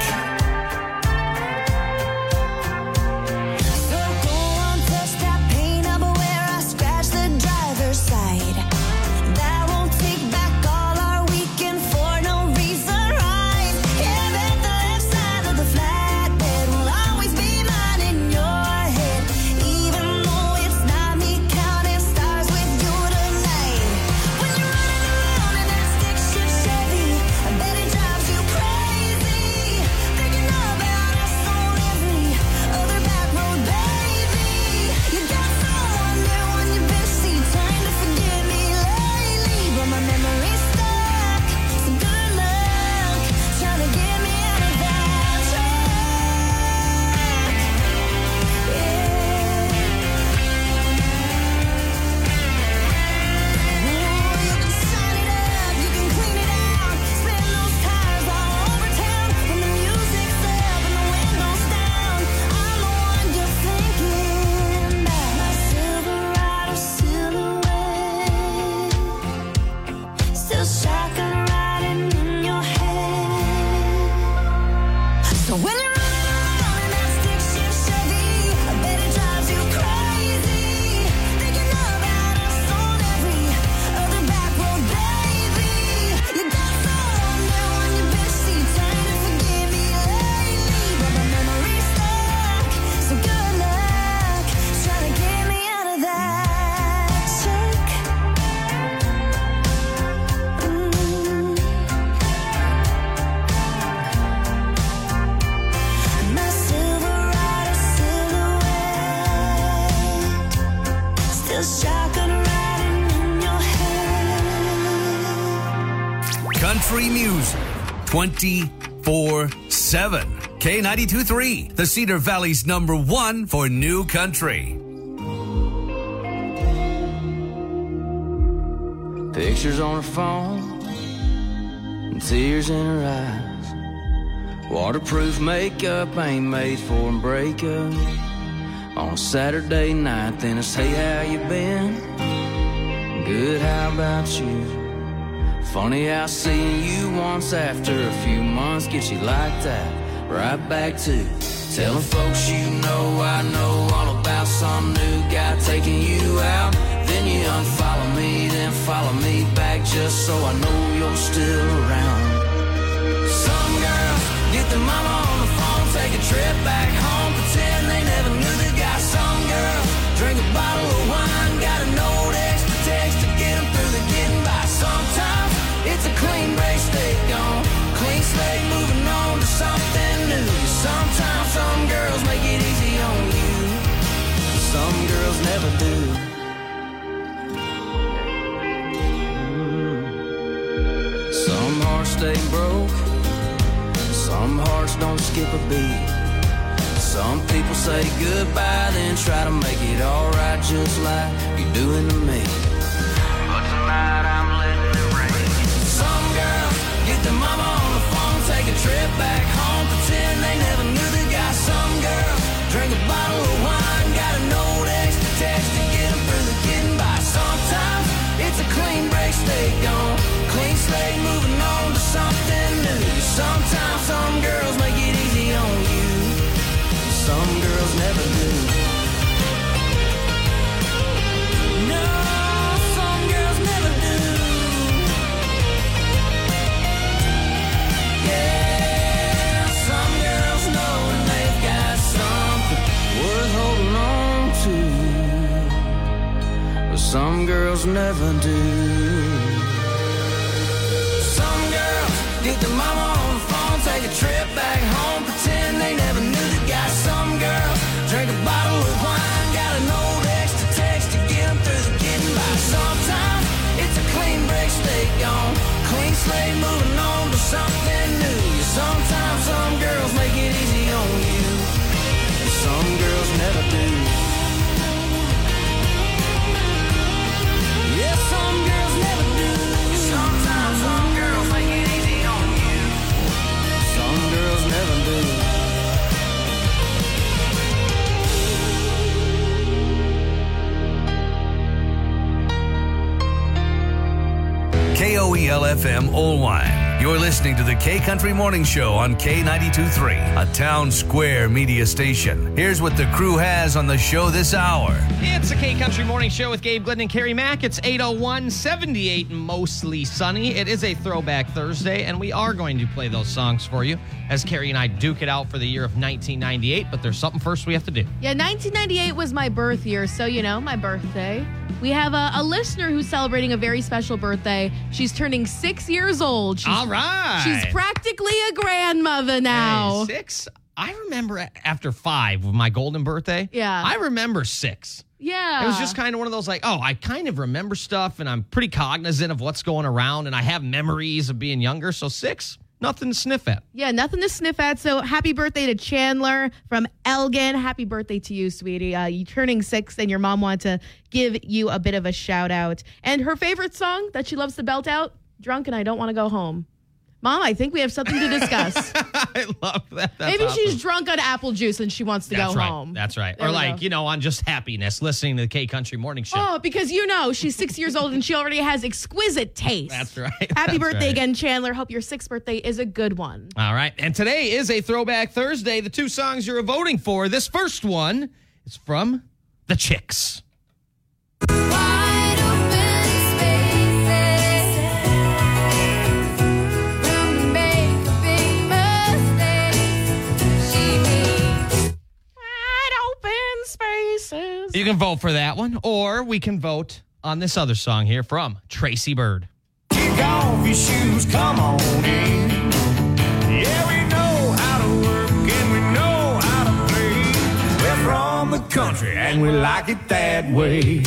Speaker 7: So go on, touch that paint up where I scratched the driver's side. That won't take back all our weekend for no reason, right? Yeah, bet the left side of the flatbed will always be mine in your head, even though it's not me counting stars with you tonight. When you're running around in that stick shift Chevy, I bet it drives you crazy, thinking about us on every other back road, baby. You got someone new on your best seat, trying to forget me lately, but my memory's stuck. So good luck trying to get me out of that track. Yeah. You can shine it up, you can clean it out, spin those tires all over town. When the music's up and the windows down, I'm the one you're thinking about. My Silverado silhouette, still shotgun riding in your head. So when you're on that stick shift Chevy, I bet it drives you crazy. Thinking about us on every other back road, baby. You got someone new on your best seat, trying to forgive me lately, but my memory's stuck. So good luck trying to get me out of that check. Mm. My Silverado silhouette, still shotgun riding in your head.
Speaker 6: Country music 24 7. K92 3, the Cedar Valley's number one for new country.
Speaker 8: <laughs> Pictures on her phone, and tears in her eyes. Waterproof makeup ain't made for a breakup. On Saturday night, then I say, How you been? Good, how about you? Funny how seeing you once after a few months gets you like that, right back to telling folks you know I know all about some new guy taking you out. Then you unfollow me, then follow me back just so I know you're still around. Some girls get their mama on the phone, take a trip back home, pretend they never knew the guy. Some girls drink a bottle of wine, got a note extra text to get 'em through the getting by. Sometimes it's a clean break, stay gone, clean slate, moving on to something new. Sometimes some girls make it easy on you, some girls never do. Mm. Some hearts stay broke. Some hearts don't skip a beat. Some people say goodbye, then try to make it alright, just like you're doing to me. But tonight I'm letting it rain. Some girls get their mama on the phone, take a trip back home, pretend they never knew the guy. Some girls drink a bottle of wine, got a note extra text to get 'em through the getting by. Sometimes it's a clean break, stay gone, clean slate, moving on to something new. Sometimes some girls make it easy on you, some girls never do. No, some girls never do. Yeah, some girls know when they've got something worth holding on to, but some girls never do. Some girls get their mama on the phone, take a trip back home, pretend they never knew the guy. Some girls drink a bottle of wine, got an old extra text to get 'em through the slave moving on to something new. Sometimes some girls make it easy on you, and some girls never do. Yeah, some girls never do. Sometimes some girls make it easy on you, some girls never do.
Speaker 6: KOEL FM Olwine. You're listening to the K Country Morning Show on K92.3, a town square media station. Here's what the crew has on the show this hour.
Speaker 1: It's the K Country Morning Show with Gabe Glidden and Carrie Mack. It's 801 78, mostly sunny. It is a throwback Thursday, and we are going to play those songs for you as Carrie and I duke it out for the year of 1998. But there's something first we have to do.
Speaker 2: Yeah, 1998 was my birth year, so you know, my birthday. We have a, a listener who's celebrating a very special birthday. She's turning six years old. She's,
Speaker 1: All right.
Speaker 2: She's practically a grandmother now.
Speaker 1: Hey, six. I remember after five with my golden birthday.
Speaker 2: Yeah.
Speaker 1: I remember six.
Speaker 2: Yeah.
Speaker 1: It was just kind of one of those like, oh, I kind of remember stuff and I'm pretty cognizant of what's going around and I have memories of being younger. So six, nothing to sniff at. <laughs>
Speaker 2: Yeah, nothing to sniff at. So happy birthday to Chandler from Elgin. Happy birthday to you, sweetie. Uh, you turning six, and your mom wanted to give you a bit of a shout out. And her favorite song that she loves to belt out Drunk and I Don't Want to Go Home. Mom, I think we have something to
Speaker 1: <laughs>
Speaker 2: discuss.
Speaker 1: I love that. That's
Speaker 2: Maybe
Speaker 1: awesome.
Speaker 2: she's drunk on apple juice and she wants to
Speaker 1: That's
Speaker 2: go
Speaker 1: right.
Speaker 2: home.
Speaker 1: That's right.
Speaker 2: There
Speaker 1: or
Speaker 2: we
Speaker 1: like,
Speaker 2: go.
Speaker 1: you know, on just happiness, listening to the K Country Morning Show.
Speaker 2: Oh, because you know she's six years old and she already has exquisite taste.
Speaker 1: That's right.
Speaker 2: Happy
Speaker 1: That's
Speaker 2: birthday
Speaker 1: right.
Speaker 2: again, Chandler. Hope your sixth birthday is a good one.
Speaker 1: All right. And today is a throwback Thursday. The two songs you're voting for. This first one is from The Chicks.
Speaker 7: Wide open spaces, room to make a big mistake. She needs.
Speaker 2: Wide open spaces.
Speaker 1: You can vote for that one, or we can vote on this other song here from Tracy Bird.
Speaker 8: Kick off your shoes, come on in. Yeah, we know how to work and we know how to play. We're from the country and we like it that way.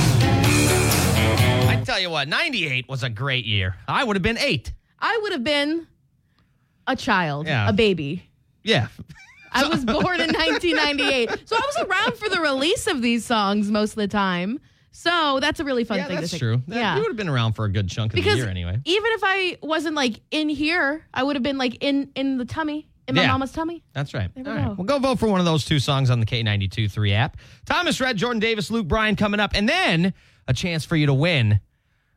Speaker 1: I tell you what, 98 was a great year. I would have been eight.
Speaker 2: I would have been a child,
Speaker 1: Yeah.
Speaker 2: a baby.
Speaker 1: Yeah.
Speaker 2: I was
Speaker 1: <laughs>
Speaker 2: born in 1998. So I was around for the release of these songs most of the time. So that's a really fun
Speaker 1: Yeah,
Speaker 2: thing
Speaker 1: that's
Speaker 2: to think.
Speaker 1: true. That-
Speaker 2: yeah.
Speaker 1: You would have been around for a good chunk of
Speaker 2: because
Speaker 1: the year anyway.
Speaker 2: even if I wasn't like in here, I would have been like in in the tummy, in my
Speaker 1: Yeah.
Speaker 2: mama's tummy.
Speaker 1: That's right.
Speaker 2: we
Speaker 1: All right.
Speaker 2: go.
Speaker 1: Well, go vote for one of those two songs on the K92 3 app. Thomas Red, Jordan Davis, Luke Bryan coming up, and then a chance for you to win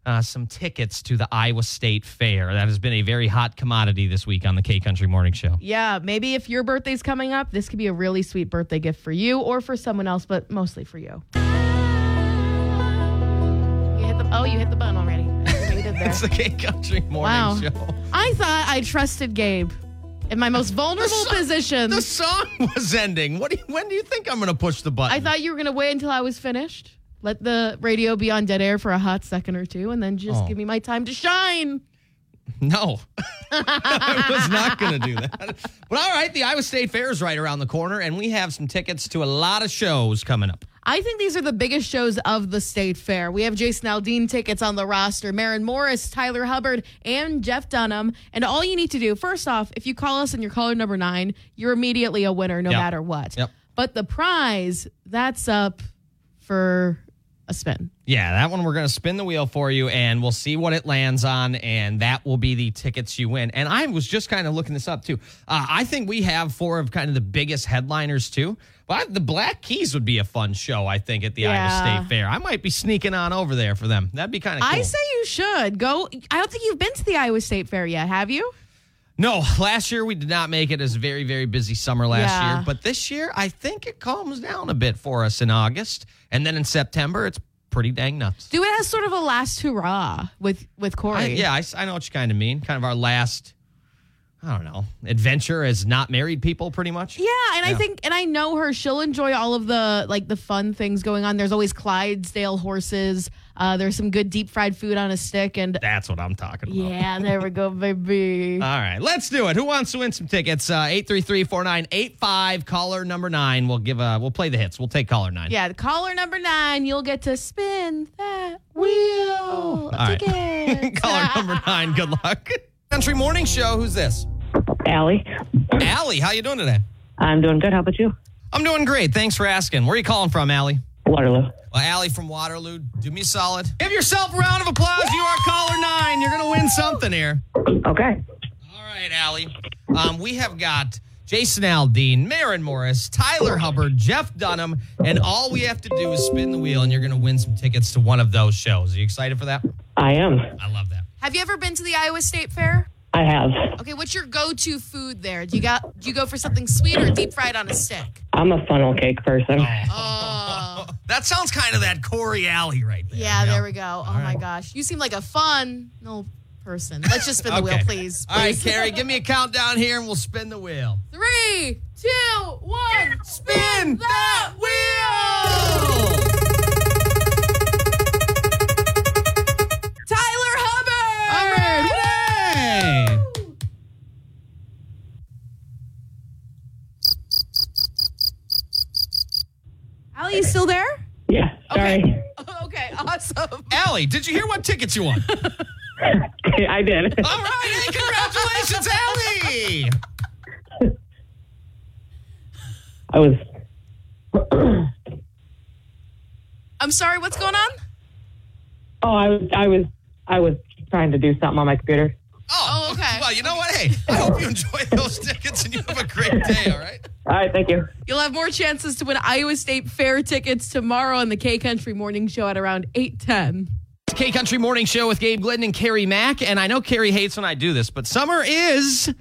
Speaker 1: uh, some tickets to the Iowa State Fair. That has been a very hot commodity this week on the K Country Morning Show.
Speaker 2: Yeah, maybe if your birthday's coming up, this could be a really sweet birthday gift for you or for someone else, but mostly for you. You hit the oh, you hit the button already.
Speaker 1: <laughs>
Speaker 2: You did there.
Speaker 1: It's the K Country Morning
Speaker 2: Wow.
Speaker 1: Show.
Speaker 2: I thought I trusted Gabe in my most vulnerable
Speaker 1: The so-
Speaker 2: position.
Speaker 1: The song <laughs> was ending. What? Do you, when do you think I'm going to push the button?
Speaker 2: I thought you were gonna wait until I was finished, let the radio be on dead air for a hot second or two, and then just
Speaker 1: Oh.
Speaker 2: give me my time to shine.
Speaker 1: No, <laughs> I was not going to do that. But all right, the Iowa State Fair is right around the corner, and we have some tickets to a lot of shows coming up.
Speaker 2: I think these are the biggest shows of the state fair. We have Jason Aldean tickets on the roster, Marin Morris, Tyler Hubbard, and Jeff Dunham. And all you need to do, first off, if you call us and you're caller number nine, you're immediately a winner no
Speaker 1: Yep.
Speaker 2: matter what.
Speaker 1: Yep.
Speaker 2: But the prize, that's up for a spin.
Speaker 1: Yeah, that one we're going to spin the wheel for you and we'll see what it lands on. And that will be the tickets you win. And I was just kind of looking this up too. Uh, I think we have four of kind of the biggest headliners too. But the Black Keys would be a fun show, I think, at the
Speaker 2: Yeah.
Speaker 1: Iowa State Fair. I might be sneaking on over there for them. That'd be kind of cool.
Speaker 2: I say you should go. I don't think you've been to the Iowa State Fair yet, have you?
Speaker 1: No, <laughs> last year we did not make it. It was a very, very busy summer last
Speaker 2: Yeah.
Speaker 1: year. But this year, I think it calms down a bit for us in August. And then in September, it's pretty dang nuts.
Speaker 2: Do it as sort of a last hurrah with with Corey.
Speaker 1: I, yeah, I, s- I know what you kind of mean. Kind of our last, I don't know, adventure as not married people, pretty much.
Speaker 2: Yeah, and I think, and I know her. She'll enjoy all of the like the fun things going on. There's always Clydesdale horses. Uh, there's some good deep fried food on a stick, and
Speaker 1: That's what I'm talking about.
Speaker 2: yeah, there we go, baby.
Speaker 1: All right, let's do it. Who wants to win some tickets? Uh, Eight three three four nine eight five. Caller number nine. We'll give a. We'll play the hits. We'll take caller nine.
Speaker 2: Yeah, the caller number nine, you'll get to spin that wheel.
Speaker 1: <laughs> All right. caller number nine. Good luck. Country Morning Show. Who's this?
Speaker 9: Allie,
Speaker 1: Allie, how you doing today?
Speaker 9: I'm doing good. How about you?
Speaker 1: I'm doing great. Thanks for asking. Where are you calling from, Allie?
Speaker 9: Waterloo.
Speaker 1: Well, Allie from Waterloo, do me a solid. Give yourself a round of applause. You are caller nine. You're going to win something here.
Speaker 9: Okay.
Speaker 1: All right, Allie. Um, we have got Jason Aldean, Marin Morris, Tyler Hubbard, Jeff Dunham, and all we have to do is spin the wheel, and you're going to win some tickets to one of those shows. Are you excited for that?
Speaker 9: I am.
Speaker 1: I love that.
Speaker 2: Have you ever been to the Iowa State Fair?
Speaker 9: I have.
Speaker 2: Okay, what's your go-to food there? Do you got do you go for something sweet or deep fried on a stick?
Speaker 9: I'm a funnel cake person.
Speaker 2: Oh,
Speaker 1: That sounds kind of that Corey Alley right there.
Speaker 2: yeah, there we go. Oh my gosh, you seem like a fun no person. Let's just spin the wheel,
Speaker 1: Okay.
Speaker 2: please.
Speaker 1: All right,
Speaker 2: please.
Speaker 1: Carrie, give me a countdown here, and we'll spin the wheel.
Speaker 2: <laughs> Three, two, one.
Speaker 1: Spin that wheel!
Speaker 2: Tyler Hubbard.
Speaker 1: All right, way!
Speaker 2: Allie, you still there?
Speaker 9: Yeah. Sorry.
Speaker 2: <laughs> Okay, awesome.
Speaker 1: Allie, did you hear what tickets you
Speaker 2: <laughs>
Speaker 1: won?
Speaker 9: <laughs> I did.
Speaker 1: All right, hey, congratulations, Allie!
Speaker 9: I was. <clears throat>
Speaker 2: I'm sorry. What's going on?
Speaker 9: Oh, I was. I was. I was trying to do something on my computer.
Speaker 1: Oh,
Speaker 2: Oh, okay.
Speaker 1: Well, you know what? Hey, I hope you enjoy those tickets and you have a great day, all right?
Speaker 9: All right. Thank you.
Speaker 2: You'll have more chances to win Iowa State Fair tickets tomorrow on the K Country Morning Show at around eight ten.
Speaker 1: It's K Country Morning Show with Gabe Glidden and Carrie Mack. And I know Carrie hates when I do this, but summer is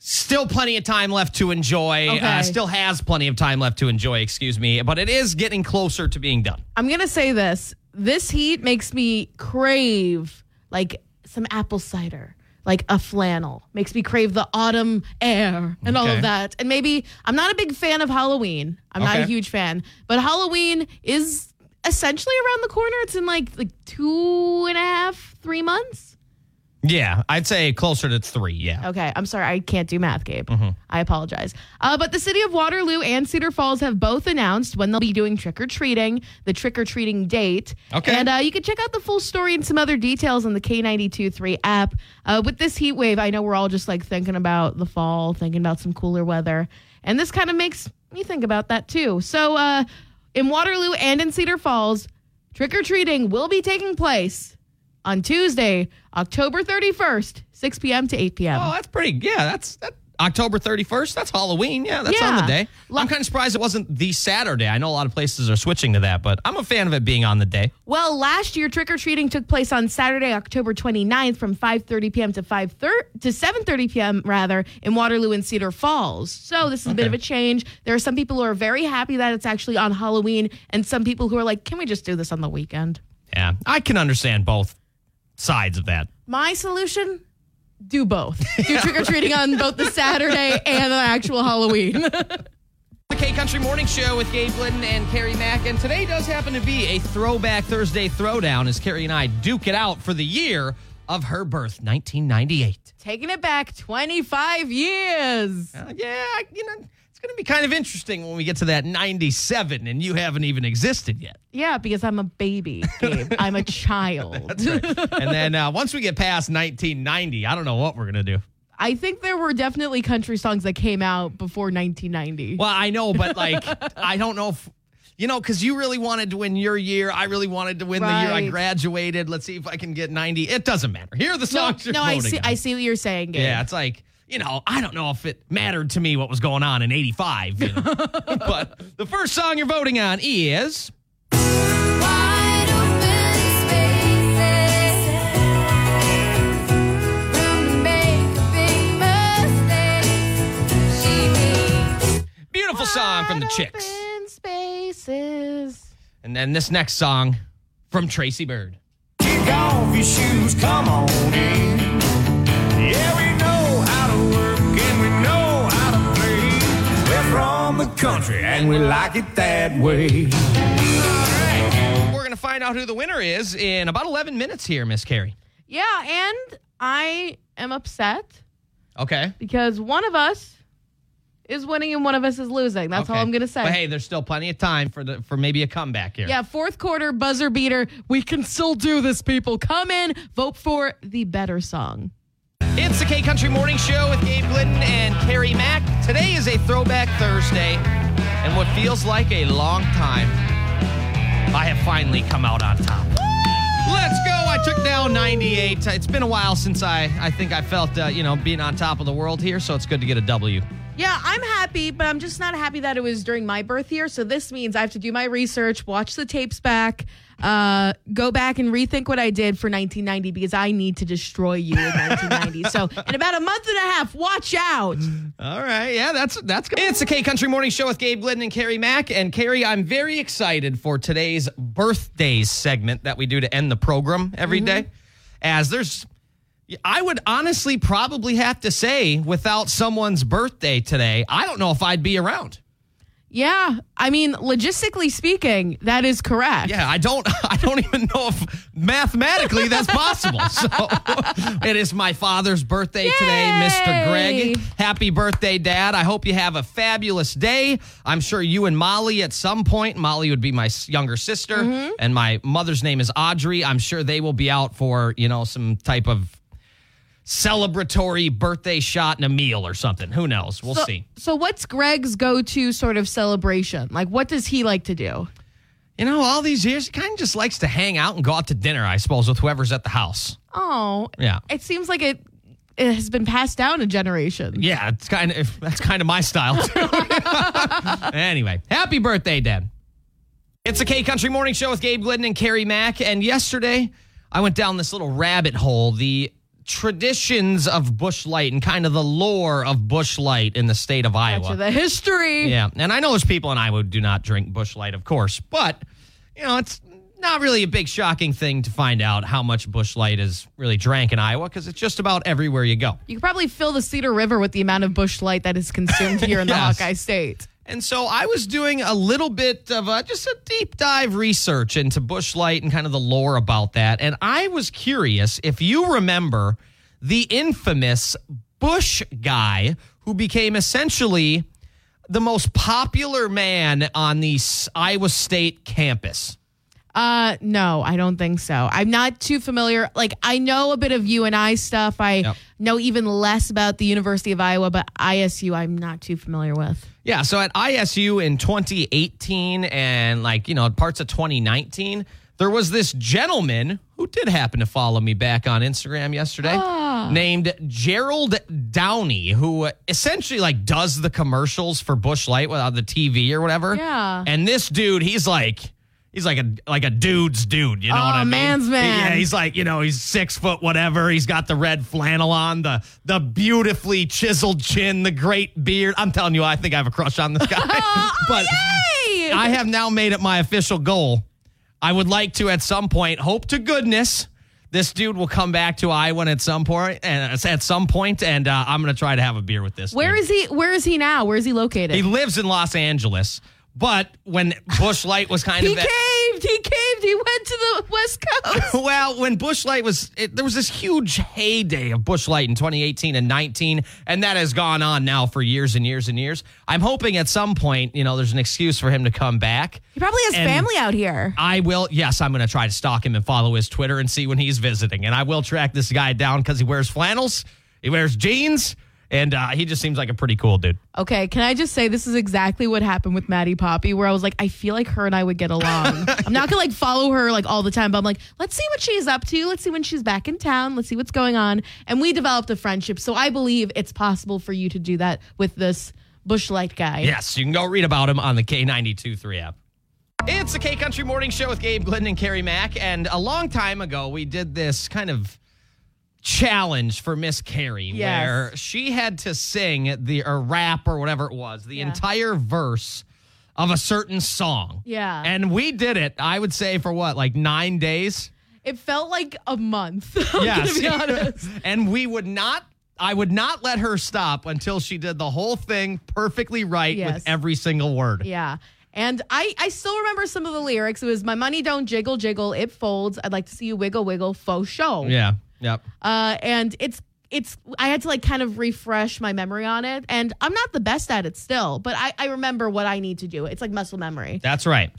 Speaker 1: still plenty of time left to enjoy. uh,
Speaker 2: Okay.
Speaker 1: still has plenty of time left to enjoy, excuse me. But it is getting closer to being done.
Speaker 2: I'm gonna say this. This heat makes me crave like some apple cider, like a flannel. Makes me crave the autumn air and all
Speaker 1: Okay.
Speaker 2: of that. And maybe I'm not a big fan of Halloween. I'm not a
Speaker 1: Okay.
Speaker 2: huge fan, but Halloween is essentially around the corner. It's in like like two and a half, three months.
Speaker 1: Yeah, I'd say closer to three. Yeah. Mm-hmm.
Speaker 2: Okay, I'm sorry, I can't do math, Gabe. I apologize. Uh, but the city of Waterloo and Cedar Falls have both announced when they'll be doing trick or treating, the trick or treating date.
Speaker 1: Okay.
Speaker 2: And uh, you can check out the full story and some other details on the K92.3 app. Uh, with this heat wave, I know we're all just like thinking about the fall, thinking about some cooler weather. And this kind of makes me think about that too. So uh, in Waterloo and in Cedar Falls, trick or treating will be taking place on Tuesday, October 31st, 6 p.m. to 8 p.m.
Speaker 1: Oh, that's pretty. Yeah, that's that. October 31st, that's Halloween. Yeah, that's on the
Speaker 2: Yeah.
Speaker 1: day.
Speaker 2: Lo-
Speaker 1: I'm kind of surprised it wasn't the Saturday. I know a lot of places are switching to that, but I'm a fan of it being on the day.
Speaker 2: Well, last year trick or treating took place on Saturday, October 29th from 5:30 p.m. to 5 to 7:30 p.m. rather in Waterloo and Cedar Falls. So, this is a bit of a change. There are some people who are very happy that it's actually on Halloween and some people who are like, "Can we just do this on the weekend?"
Speaker 1: Yeah, I can understand both sides of that.
Speaker 2: My solution do both. Do trick or treating on both the Saturday and the actual Halloween. <laughs>
Speaker 1: The K Country Morning Show with Gabe Glidden and Carrie Mack. And today does happen to be a throwback Thursday throwdown as Carrie and I duke it out for the year of her birth, 1998.
Speaker 2: Taking it back 25 years.
Speaker 1: Uh, yeah, I- you know, it's going to be kind of interesting when we get to that 97 and you haven't even existed <laughs> yet.
Speaker 2: Yeah, because I'm a baby, Gabe. I'm a child.
Speaker 1: and then uh, once we get past 1990, I don't know what we're going to do.
Speaker 2: I think there were definitely country songs that came out before 1990.
Speaker 1: Well, I know, but <laughs> like, I don't know if. You know, because you really wanted to win your year. I really wanted to win the year I
Speaker 2: Right.
Speaker 1: graduated. Let's see if I can get 90. It doesn't matter. Here are the
Speaker 2: no,
Speaker 1: songs you're
Speaker 2: no I
Speaker 1: voting
Speaker 2: see.
Speaker 1: on.
Speaker 2: I see what you're saying, Gabe.
Speaker 1: Yeah, it's like, you know, I don't know if it mattered to me what was going on in 85.
Speaker 2: <laughs>
Speaker 1: you know. but the first song you're voting on is.
Speaker 7: Wide open spaces, room to make big mistakes. She needs.
Speaker 1: Beautiful song from the Chicks.
Speaker 2: Open spaces.
Speaker 1: And then this next song from Tracy Bird.
Speaker 10: Kick off your shoes, come on in. Yeah, we know how to work and we know how to play. We're from the country and we like it that way.
Speaker 1: We're going to find out who the winner is in about 11 minutes here, Miss Carrie.
Speaker 2: Yeah, and I am upset
Speaker 1: Okay.
Speaker 2: because one of us is winning and one of us is losing. That's all
Speaker 1: Okay.
Speaker 2: I'm gonna say.
Speaker 1: But hey, there's still plenty of time for the for maybe a comeback here.
Speaker 2: yeah, fourth quarter buzzer beater. We can still do this, people. Come in, vote for the better song.
Speaker 1: It's the K Country Morning Show with Gabe Glidden and Carrie Mack. Today is a Throwback Thursday, and what feels like a long time, I have finally come out on top. Let's go! I took down 98. It's been a while since I, I think I felt, uh, you know, being on top of the world here, so it's good to get a W.
Speaker 2: Yeah, I'm happy, but I'm just not happy that it was during my birth year. So this means I have to do my research, watch the tapes back, uh, go back and rethink what I did for 1990 because I need to destroy you in 1990. So in about a month and a half, watch out.
Speaker 1: All right, yeah, that's that's good. It's the K Country Morning Show with Gabe Glidden and Carrie Mack. And Carrie, I'm very excited for today's birthdays segment that we do to end the program every day. As there's, I would honestly probably have to say, without someone's birthday today, I don't know if I'd be around.
Speaker 2: Yeah, I mean, logistically speaking, that is correct.
Speaker 1: Yeah, I don't. <laughs> I don't even know if mathematically that's possible. So <laughs> it is my father's birthday today, Mr. Greg. Happy birthday, Dad! I hope you have a fabulous day. I'm sure you and Molly at some point. Molly would be my s- younger sister, and my mother's name is Audrey. I'm sure they will be out for you know some type of celebratory birthday shot and a meal or something. Who knows? We'll
Speaker 2: so,
Speaker 1: see.
Speaker 2: So what's Greg's go-to sort of celebration? Like, what does he like to do?
Speaker 1: You know, all these years, he kind of just likes to hang out and go out to dinner, I suppose, with whoever's at the house.
Speaker 2: Oh,
Speaker 1: Yeah.
Speaker 2: It seems like it it has been passed down a generation.
Speaker 1: Yeah, it's kind of <laughs> that's kind of my style too. <laughs> anyway, happy birthday, Dad. It's a K Country Morning Show with Gabe Glidden and Carrie Mack. And yesterday, I went down this little rabbit hole: the traditions of Bush Light and kind of the lore of Bush Light in the state of Iowa.
Speaker 2: To the history.
Speaker 1: Yeah, and I know there's people in Iowa who do not drink Bush Light, of course, but you know it's not really a big shocking thing to find out how much Bush Light is really drank in Iowa because it's just about everywhere you go.
Speaker 2: You could probably fill the Cedar River with the amount of bush light that is consumed here in
Speaker 1: <laughs> Yes.
Speaker 2: the Hawkeye State.
Speaker 1: And so I was doing a little bit of a, just a deep dive research into Bush Light and kind of the lore about that. And I was curious if you remember the infamous Bush guy who became essentially the most popular man on the s- Iowa State campus.
Speaker 2: Uh no, I don't think so. I'm not too familiar. Like I know a bit of U and I stuff. I
Speaker 1: Yep.
Speaker 2: know even less about the University of Iowa, but ISU I'm not too familiar with.
Speaker 1: Yeah, so at ISU in 2018 and like, you know, parts of 2019, there was this gentleman who did happen to follow me back on Instagram yesterday named Gerald Downey, who essentially like does the commercials for Bush Light on the TV or whatever.
Speaker 2: Yeah.
Speaker 1: And this dude, he's like he's like a like a dude's dude, you know
Speaker 2: Oh,
Speaker 1: what I mean?
Speaker 2: man's man.
Speaker 1: Yeah, he's like, you know, he's six foot whatever. He's got the red flannel on, the the beautifully chiseled chin, the great beard. I'm telling you, I think I have a crush on
Speaker 2: <laughs>
Speaker 1: this guy.
Speaker 2: Oh,
Speaker 1: <laughs> but
Speaker 2: Hey!
Speaker 1: I have now made it my official goal. I would like to at some point hope to goodness this dude will come back to Iowa at some point and at some point and uh, I'm going to try to have a beer with this.
Speaker 2: Where
Speaker 1: dude.
Speaker 2: is he where is he now? Where is he located?
Speaker 1: He lives in Los Angeles. But when Bush Light was kind
Speaker 2: He
Speaker 1: of at-
Speaker 2: caved. He caved. He went to the West
Speaker 1: <laughs>
Speaker 2: Coast.
Speaker 1: well, when Bush Light was, it, there was this huge heyday of Bush Light in 2018 and 19, and that has gone on now for years and years and years. I'm hoping at some point, you know, there's an excuse for him to come back.
Speaker 2: He probably has
Speaker 1: And-
Speaker 2: family out here.
Speaker 1: I will, yes, I'm going to try to stalk him and follow his Twitter and see when he's visiting. And I will track this guy down because he wears flannels, he wears jeans, and uh, he just seems like a pretty cool dude.
Speaker 2: Okay, can I just say this is exactly what happened with Maddie Poppy, where I was like, I feel like her and I would get along. I'm not gonna like follow her like all the time, but I'm like, let's see what she's up to. Let's see when she's back in town. Let's see what's going on. And we developed a friendship, so I believe it's possible for you to do that with this bushlight guy.
Speaker 1: Yes, you can go read about him on the K92.3 app. It's the K Country Morning Show with Gabe Glidden and Carrie Mack. And a long time ago, we did this kind of challenge for Miss Carrie
Speaker 2: Yes.
Speaker 1: where she had to sing the or rap or whatever it was, the entire verse of a certain song.
Speaker 2: Yeah.
Speaker 1: And we did it, I would say, for what, like nine days?
Speaker 2: It felt like a month. <laughs> I'm gonna be honest.
Speaker 1: <laughs> and we would not. I would not let her stop until she did the whole thing perfectly right
Speaker 2: Yes.
Speaker 1: with every single word.
Speaker 2: Yeah. And I, I still remember some of the lyrics. It was my money don't jiggle jiggle, it folds. I'd like to see you wiggle wiggle, faux show.
Speaker 1: Yeah. Yep.
Speaker 2: Uh, and it's it's I had to like kind of refresh my memory on it. And I'm not the best at it still, but I, I remember what I need to do. It's like muscle memory.
Speaker 1: That's right.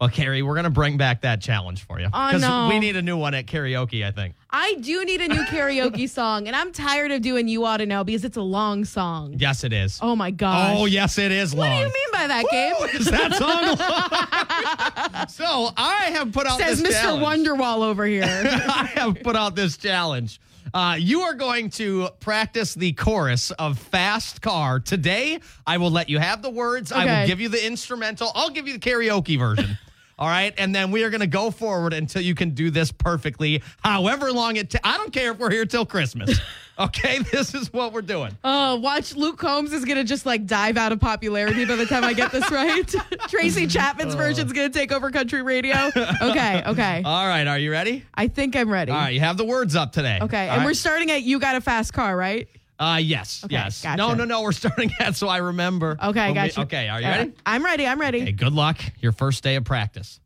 Speaker 1: Well, Carrie, we're gonna bring back that challenge for you
Speaker 2: Oh,
Speaker 1: because
Speaker 2: no.
Speaker 1: we need a new one at karaoke. I think.
Speaker 2: I do need a new
Speaker 1: <laughs>
Speaker 2: karaoke song, and I'm tired of doing You Ought to Know because it's a long song.
Speaker 1: Yes, it is.
Speaker 2: Oh my gosh.
Speaker 1: Oh, yes, it is
Speaker 2: What
Speaker 1: long.
Speaker 2: do you mean by that, Gabe?
Speaker 1: <laughs> Is that song? long?
Speaker 2: <laughs>
Speaker 1: so I have put out
Speaker 2: Says
Speaker 1: this
Speaker 2: Mr.
Speaker 1: challenge.
Speaker 2: Wonderwall
Speaker 1: <laughs>
Speaker 2: over here.
Speaker 1: I have put out this challenge. Uh, you are going to practice the chorus of Fast Car. Today, I will let you have the words. I will
Speaker 2: Okay.
Speaker 1: give you the instrumental. I'll give you the karaoke
Speaker 2: <laughs>
Speaker 1: version. All right. And then we are going to go forward until you can do this perfectly, however long it takes. I don't care if we're here till Christmas.
Speaker 2: <laughs>
Speaker 1: Okay. <laughs> This is what we're doing.
Speaker 2: Uh, watch Luke Combs is gonna just like dive out of popularity by the time I
Speaker 1: <laughs>
Speaker 2: get this right. <laughs> Tracy
Speaker 1: Uh.
Speaker 2: Chapman's version's gonna take over country radio. Okay, okay.
Speaker 1: All right. Are you ready?
Speaker 2: I think I'm ready.
Speaker 1: Uh, All right. You have the words up today.
Speaker 2: Okay,
Speaker 1: All
Speaker 2: and
Speaker 1: right?
Speaker 2: we're starting at you got a fast car, right?
Speaker 1: Uh, yes. yes.
Speaker 2: gotcha.
Speaker 1: No, no, no. We're starting <laughs> at so I remember.
Speaker 2: Okay,
Speaker 1: When we-
Speaker 2: gotcha.
Speaker 1: okay. Are you
Speaker 2: All right.
Speaker 1: ready?
Speaker 2: I'm ready. I'm ready.
Speaker 1: Hey, good luck. Your first day of practice.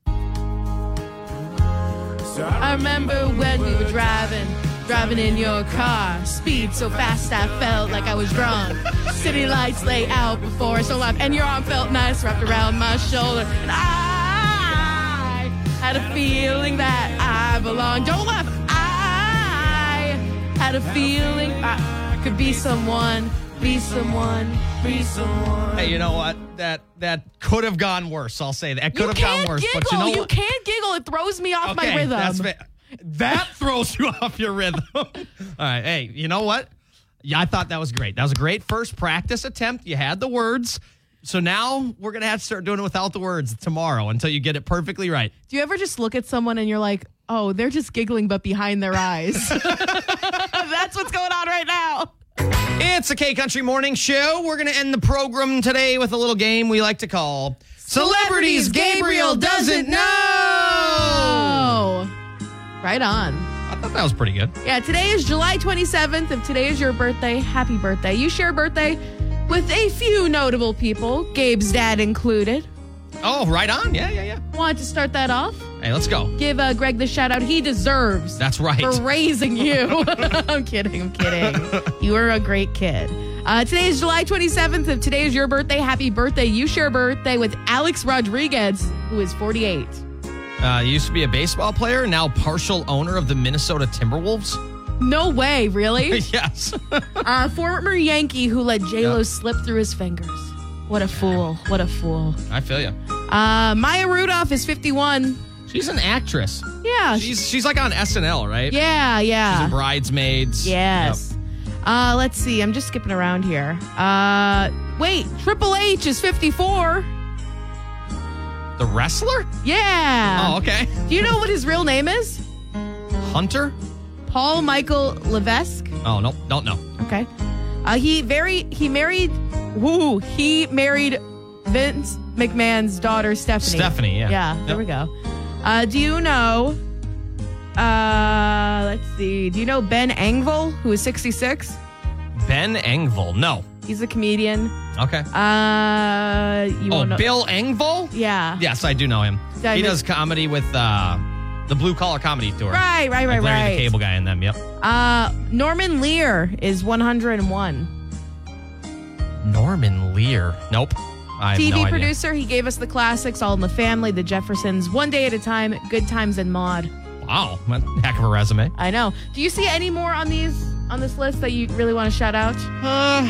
Speaker 2: I remember when we were driving, driving in your car. Speed so fast I felt like I was
Speaker 1: <laughs>
Speaker 2: drunk. City lights lay out before us, so life, and your arm felt nice wrapped around my shoulder. And I had a feeling that I belonged. Don't laugh. I had a feeling I could be someone, be someone, be someone.
Speaker 1: Hey, you know what? That that could have gone worse. I'll say that. It could
Speaker 2: you
Speaker 1: have
Speaker 2: can't
Speaker 1: gone worse.
Speaker 2: giggle.
Speaker 1: But you know what?
Speaker 2: can't giggle. It throws me off my
Speaker 1: Okay,
Speaker 2: rhythm.
Speaker 1: That's fa- that throws you <laughs> off your rhythm. All right. Hey, you know what? Yeah, I thought that was great. That was a great first practice attempt. You had the words. So now we're gonna have to start doing it without the words tomorrow until you get it perfectly right.
Speaker 2: Do you ever just look at someone and you're like, oh, they're just giggling, but behind their
Speaker 1: <laughs>
Speaker 2: eyes? <laughs> That's what's going on right now.
Speaker 1: It's a K Country Morning Show. We're going to end the program today with a little game we like to call Celebrities Gabriel Doesn't Know. I
Speaker 2: Oh, right on.
Speaker 1: thought that was pretty good.
Speaker 2: Yeah, today is July 27th. If today is your birthday, happy birthday. You share a birthday with a few notable people, Gabe's dad included.
Speaker 1: Oh, right on. Yeah, yeah, yeah.
Speaker 2: Want to start that off?
Speaker 1: Hey, let's go.
Speaker 2: Give uh, Greg the shout out he deserves.
Speaker 1: That's right.
Speaker 2: for raising
Speaker 1: <laughs>
Speaker 2: you. I'm kidding. I'm kidding. You were a great kid. Uh, today is July 27th. If today is your birthday, happy birthday. You share a birthday with Alex Rodriguez, who is 48.
Speaker 1: Uh, you used to be a baseball player, now partial owner of the Minnesota Timberwolves. <laughs>
Speaker 2: No way, really?
Speaker 1: yes. <laughs>
Speaker 2: uh, former Yankee who let J-Lo slip through his fingers. What a fool. What a fool.
Speaker 1: I feel you.
Speaker 2: Uh, Maya Rudolph is 51.
Speaker 1: She's an actress.
Speaker 2: Yeah.
Speaker 1: She's she's like on SNL, right?
Speaker 2: Uh, yeah, yeah.
Speaker 1: She's in Bridesmaids.
Speaker 2: Yes. Uh, let's see. I'm just skipping around here. Uh, wait, Triple H is 54.
Speaker 1: Yep. Uh, The wrestler?
Speaker 2: Yeah.
Speaker 1: Oh, okay.
Speaker 2: Do you know what his real name is?
Speaker 1: Hunter?
Speaker 2: Paul Michael Levesque.
Speaker 1: Oh, no, don't know.
Speaker 2: Okay. Uh, he very he married. Woo! He married Vince McMahon's daughter Stephanie.
Speaker 1: Stephanie, yeah.
Speaker 2: Yeah. There
Speaker 1: Yep.
Speaker 2: we go. Uh, do you know? Uh, let's see. Do you know Ben Engvall, who is 66?
Speaker 1: Ben Engvall. No.
Speaker 2: He's a comedian.
Speaker 1: Okay.
Speaker 2: Uh, you
Speaker 1: oh,
Speaker 2: won't know.
Speaker 1: Bill Engvall?
Speaker 2: Yeah.
Speaker 1: Yes, I do know him.
Speaker 2: Did I
Speaker 1: he
Speaker 2: miss-
Speaker 1: does comedy with uh, the Blue Collar Comedy Tour.
Speaker 2: Right, right,
Speaker 1: Like
Speaker 2: right,
Speaker 1: Larry
Speaker 2: right.
Speaker 1: the Cable Guy in them, yep.
Speaker 2: Uh, Norman Lear is 101.
Speaker 1: Norman Lear. Nope. I have no
Speaker 2: TV
Speaker 1: idea.
Speaker 2: producer. He gave us the classics, All in the Family, The Jeffersons, One Day at a Time, Good Times, and Maud.
Speaker 1: Wow. what a Heck of a resume.
Speaker 2: I know. Do you see any more on these on this list that you really want to shout out?
Speaker 1: Uh,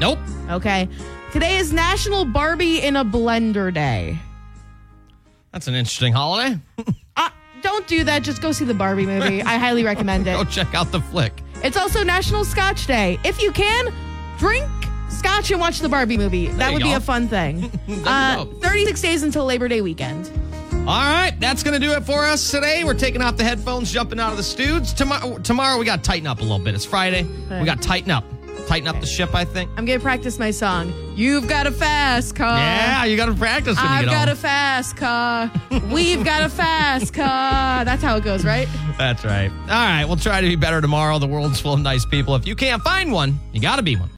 Speaker 1: nope.
Speaker 2: Okay. Today is National Barbie in a Blender Day.
Speaker 1: That's an interesting holiday. <laughs>
Speaker 2: Uh, don't do that. Just go see the Barbie movie. I highly
Speaker 1: <laughs>
Speaker 2: recommend
Speaker 1: Go
Speaker 2: it.
Speaker 1: check out the flick.
Speaker 2: It's also National Scotch Day. If you can, drink scotch and watch the Barbie movie. That
Speaker 1: you
Speaker 2: would be
Speaker 1: go.
Speaker 2: a
Speaker 1: <laughs>
Speaker 2: fun thing.
Speaker 1: That'd be
Speaker 2: uh,
Speaker 1: dope.
Speaker 2: 36 days until Labor Day weekend.
Speaker 1: All right, that's going to do it for us today. We're taking off the headphones, jumping out of the studs. Tomorrow, tomorrow we got to tighten up a little bit. It's Friday. We got to tighten up. Tighten up the ship, I think.
Speaker 2: I'm gonna practice my song. You've got a fast car.
Speaker 1: yeah, you got to practice when
Speaker 2: Uh, I've
Speaker 1: you get
Speaker 2: got a
Speaker 1: home.
Speaker 2: fast car. We've got a fast car. That's how it goes, right?
Speaker 1: That's right. All right, we'll try to be better tomorrow. The world's full of nice people. If you can't find one, you got to be one.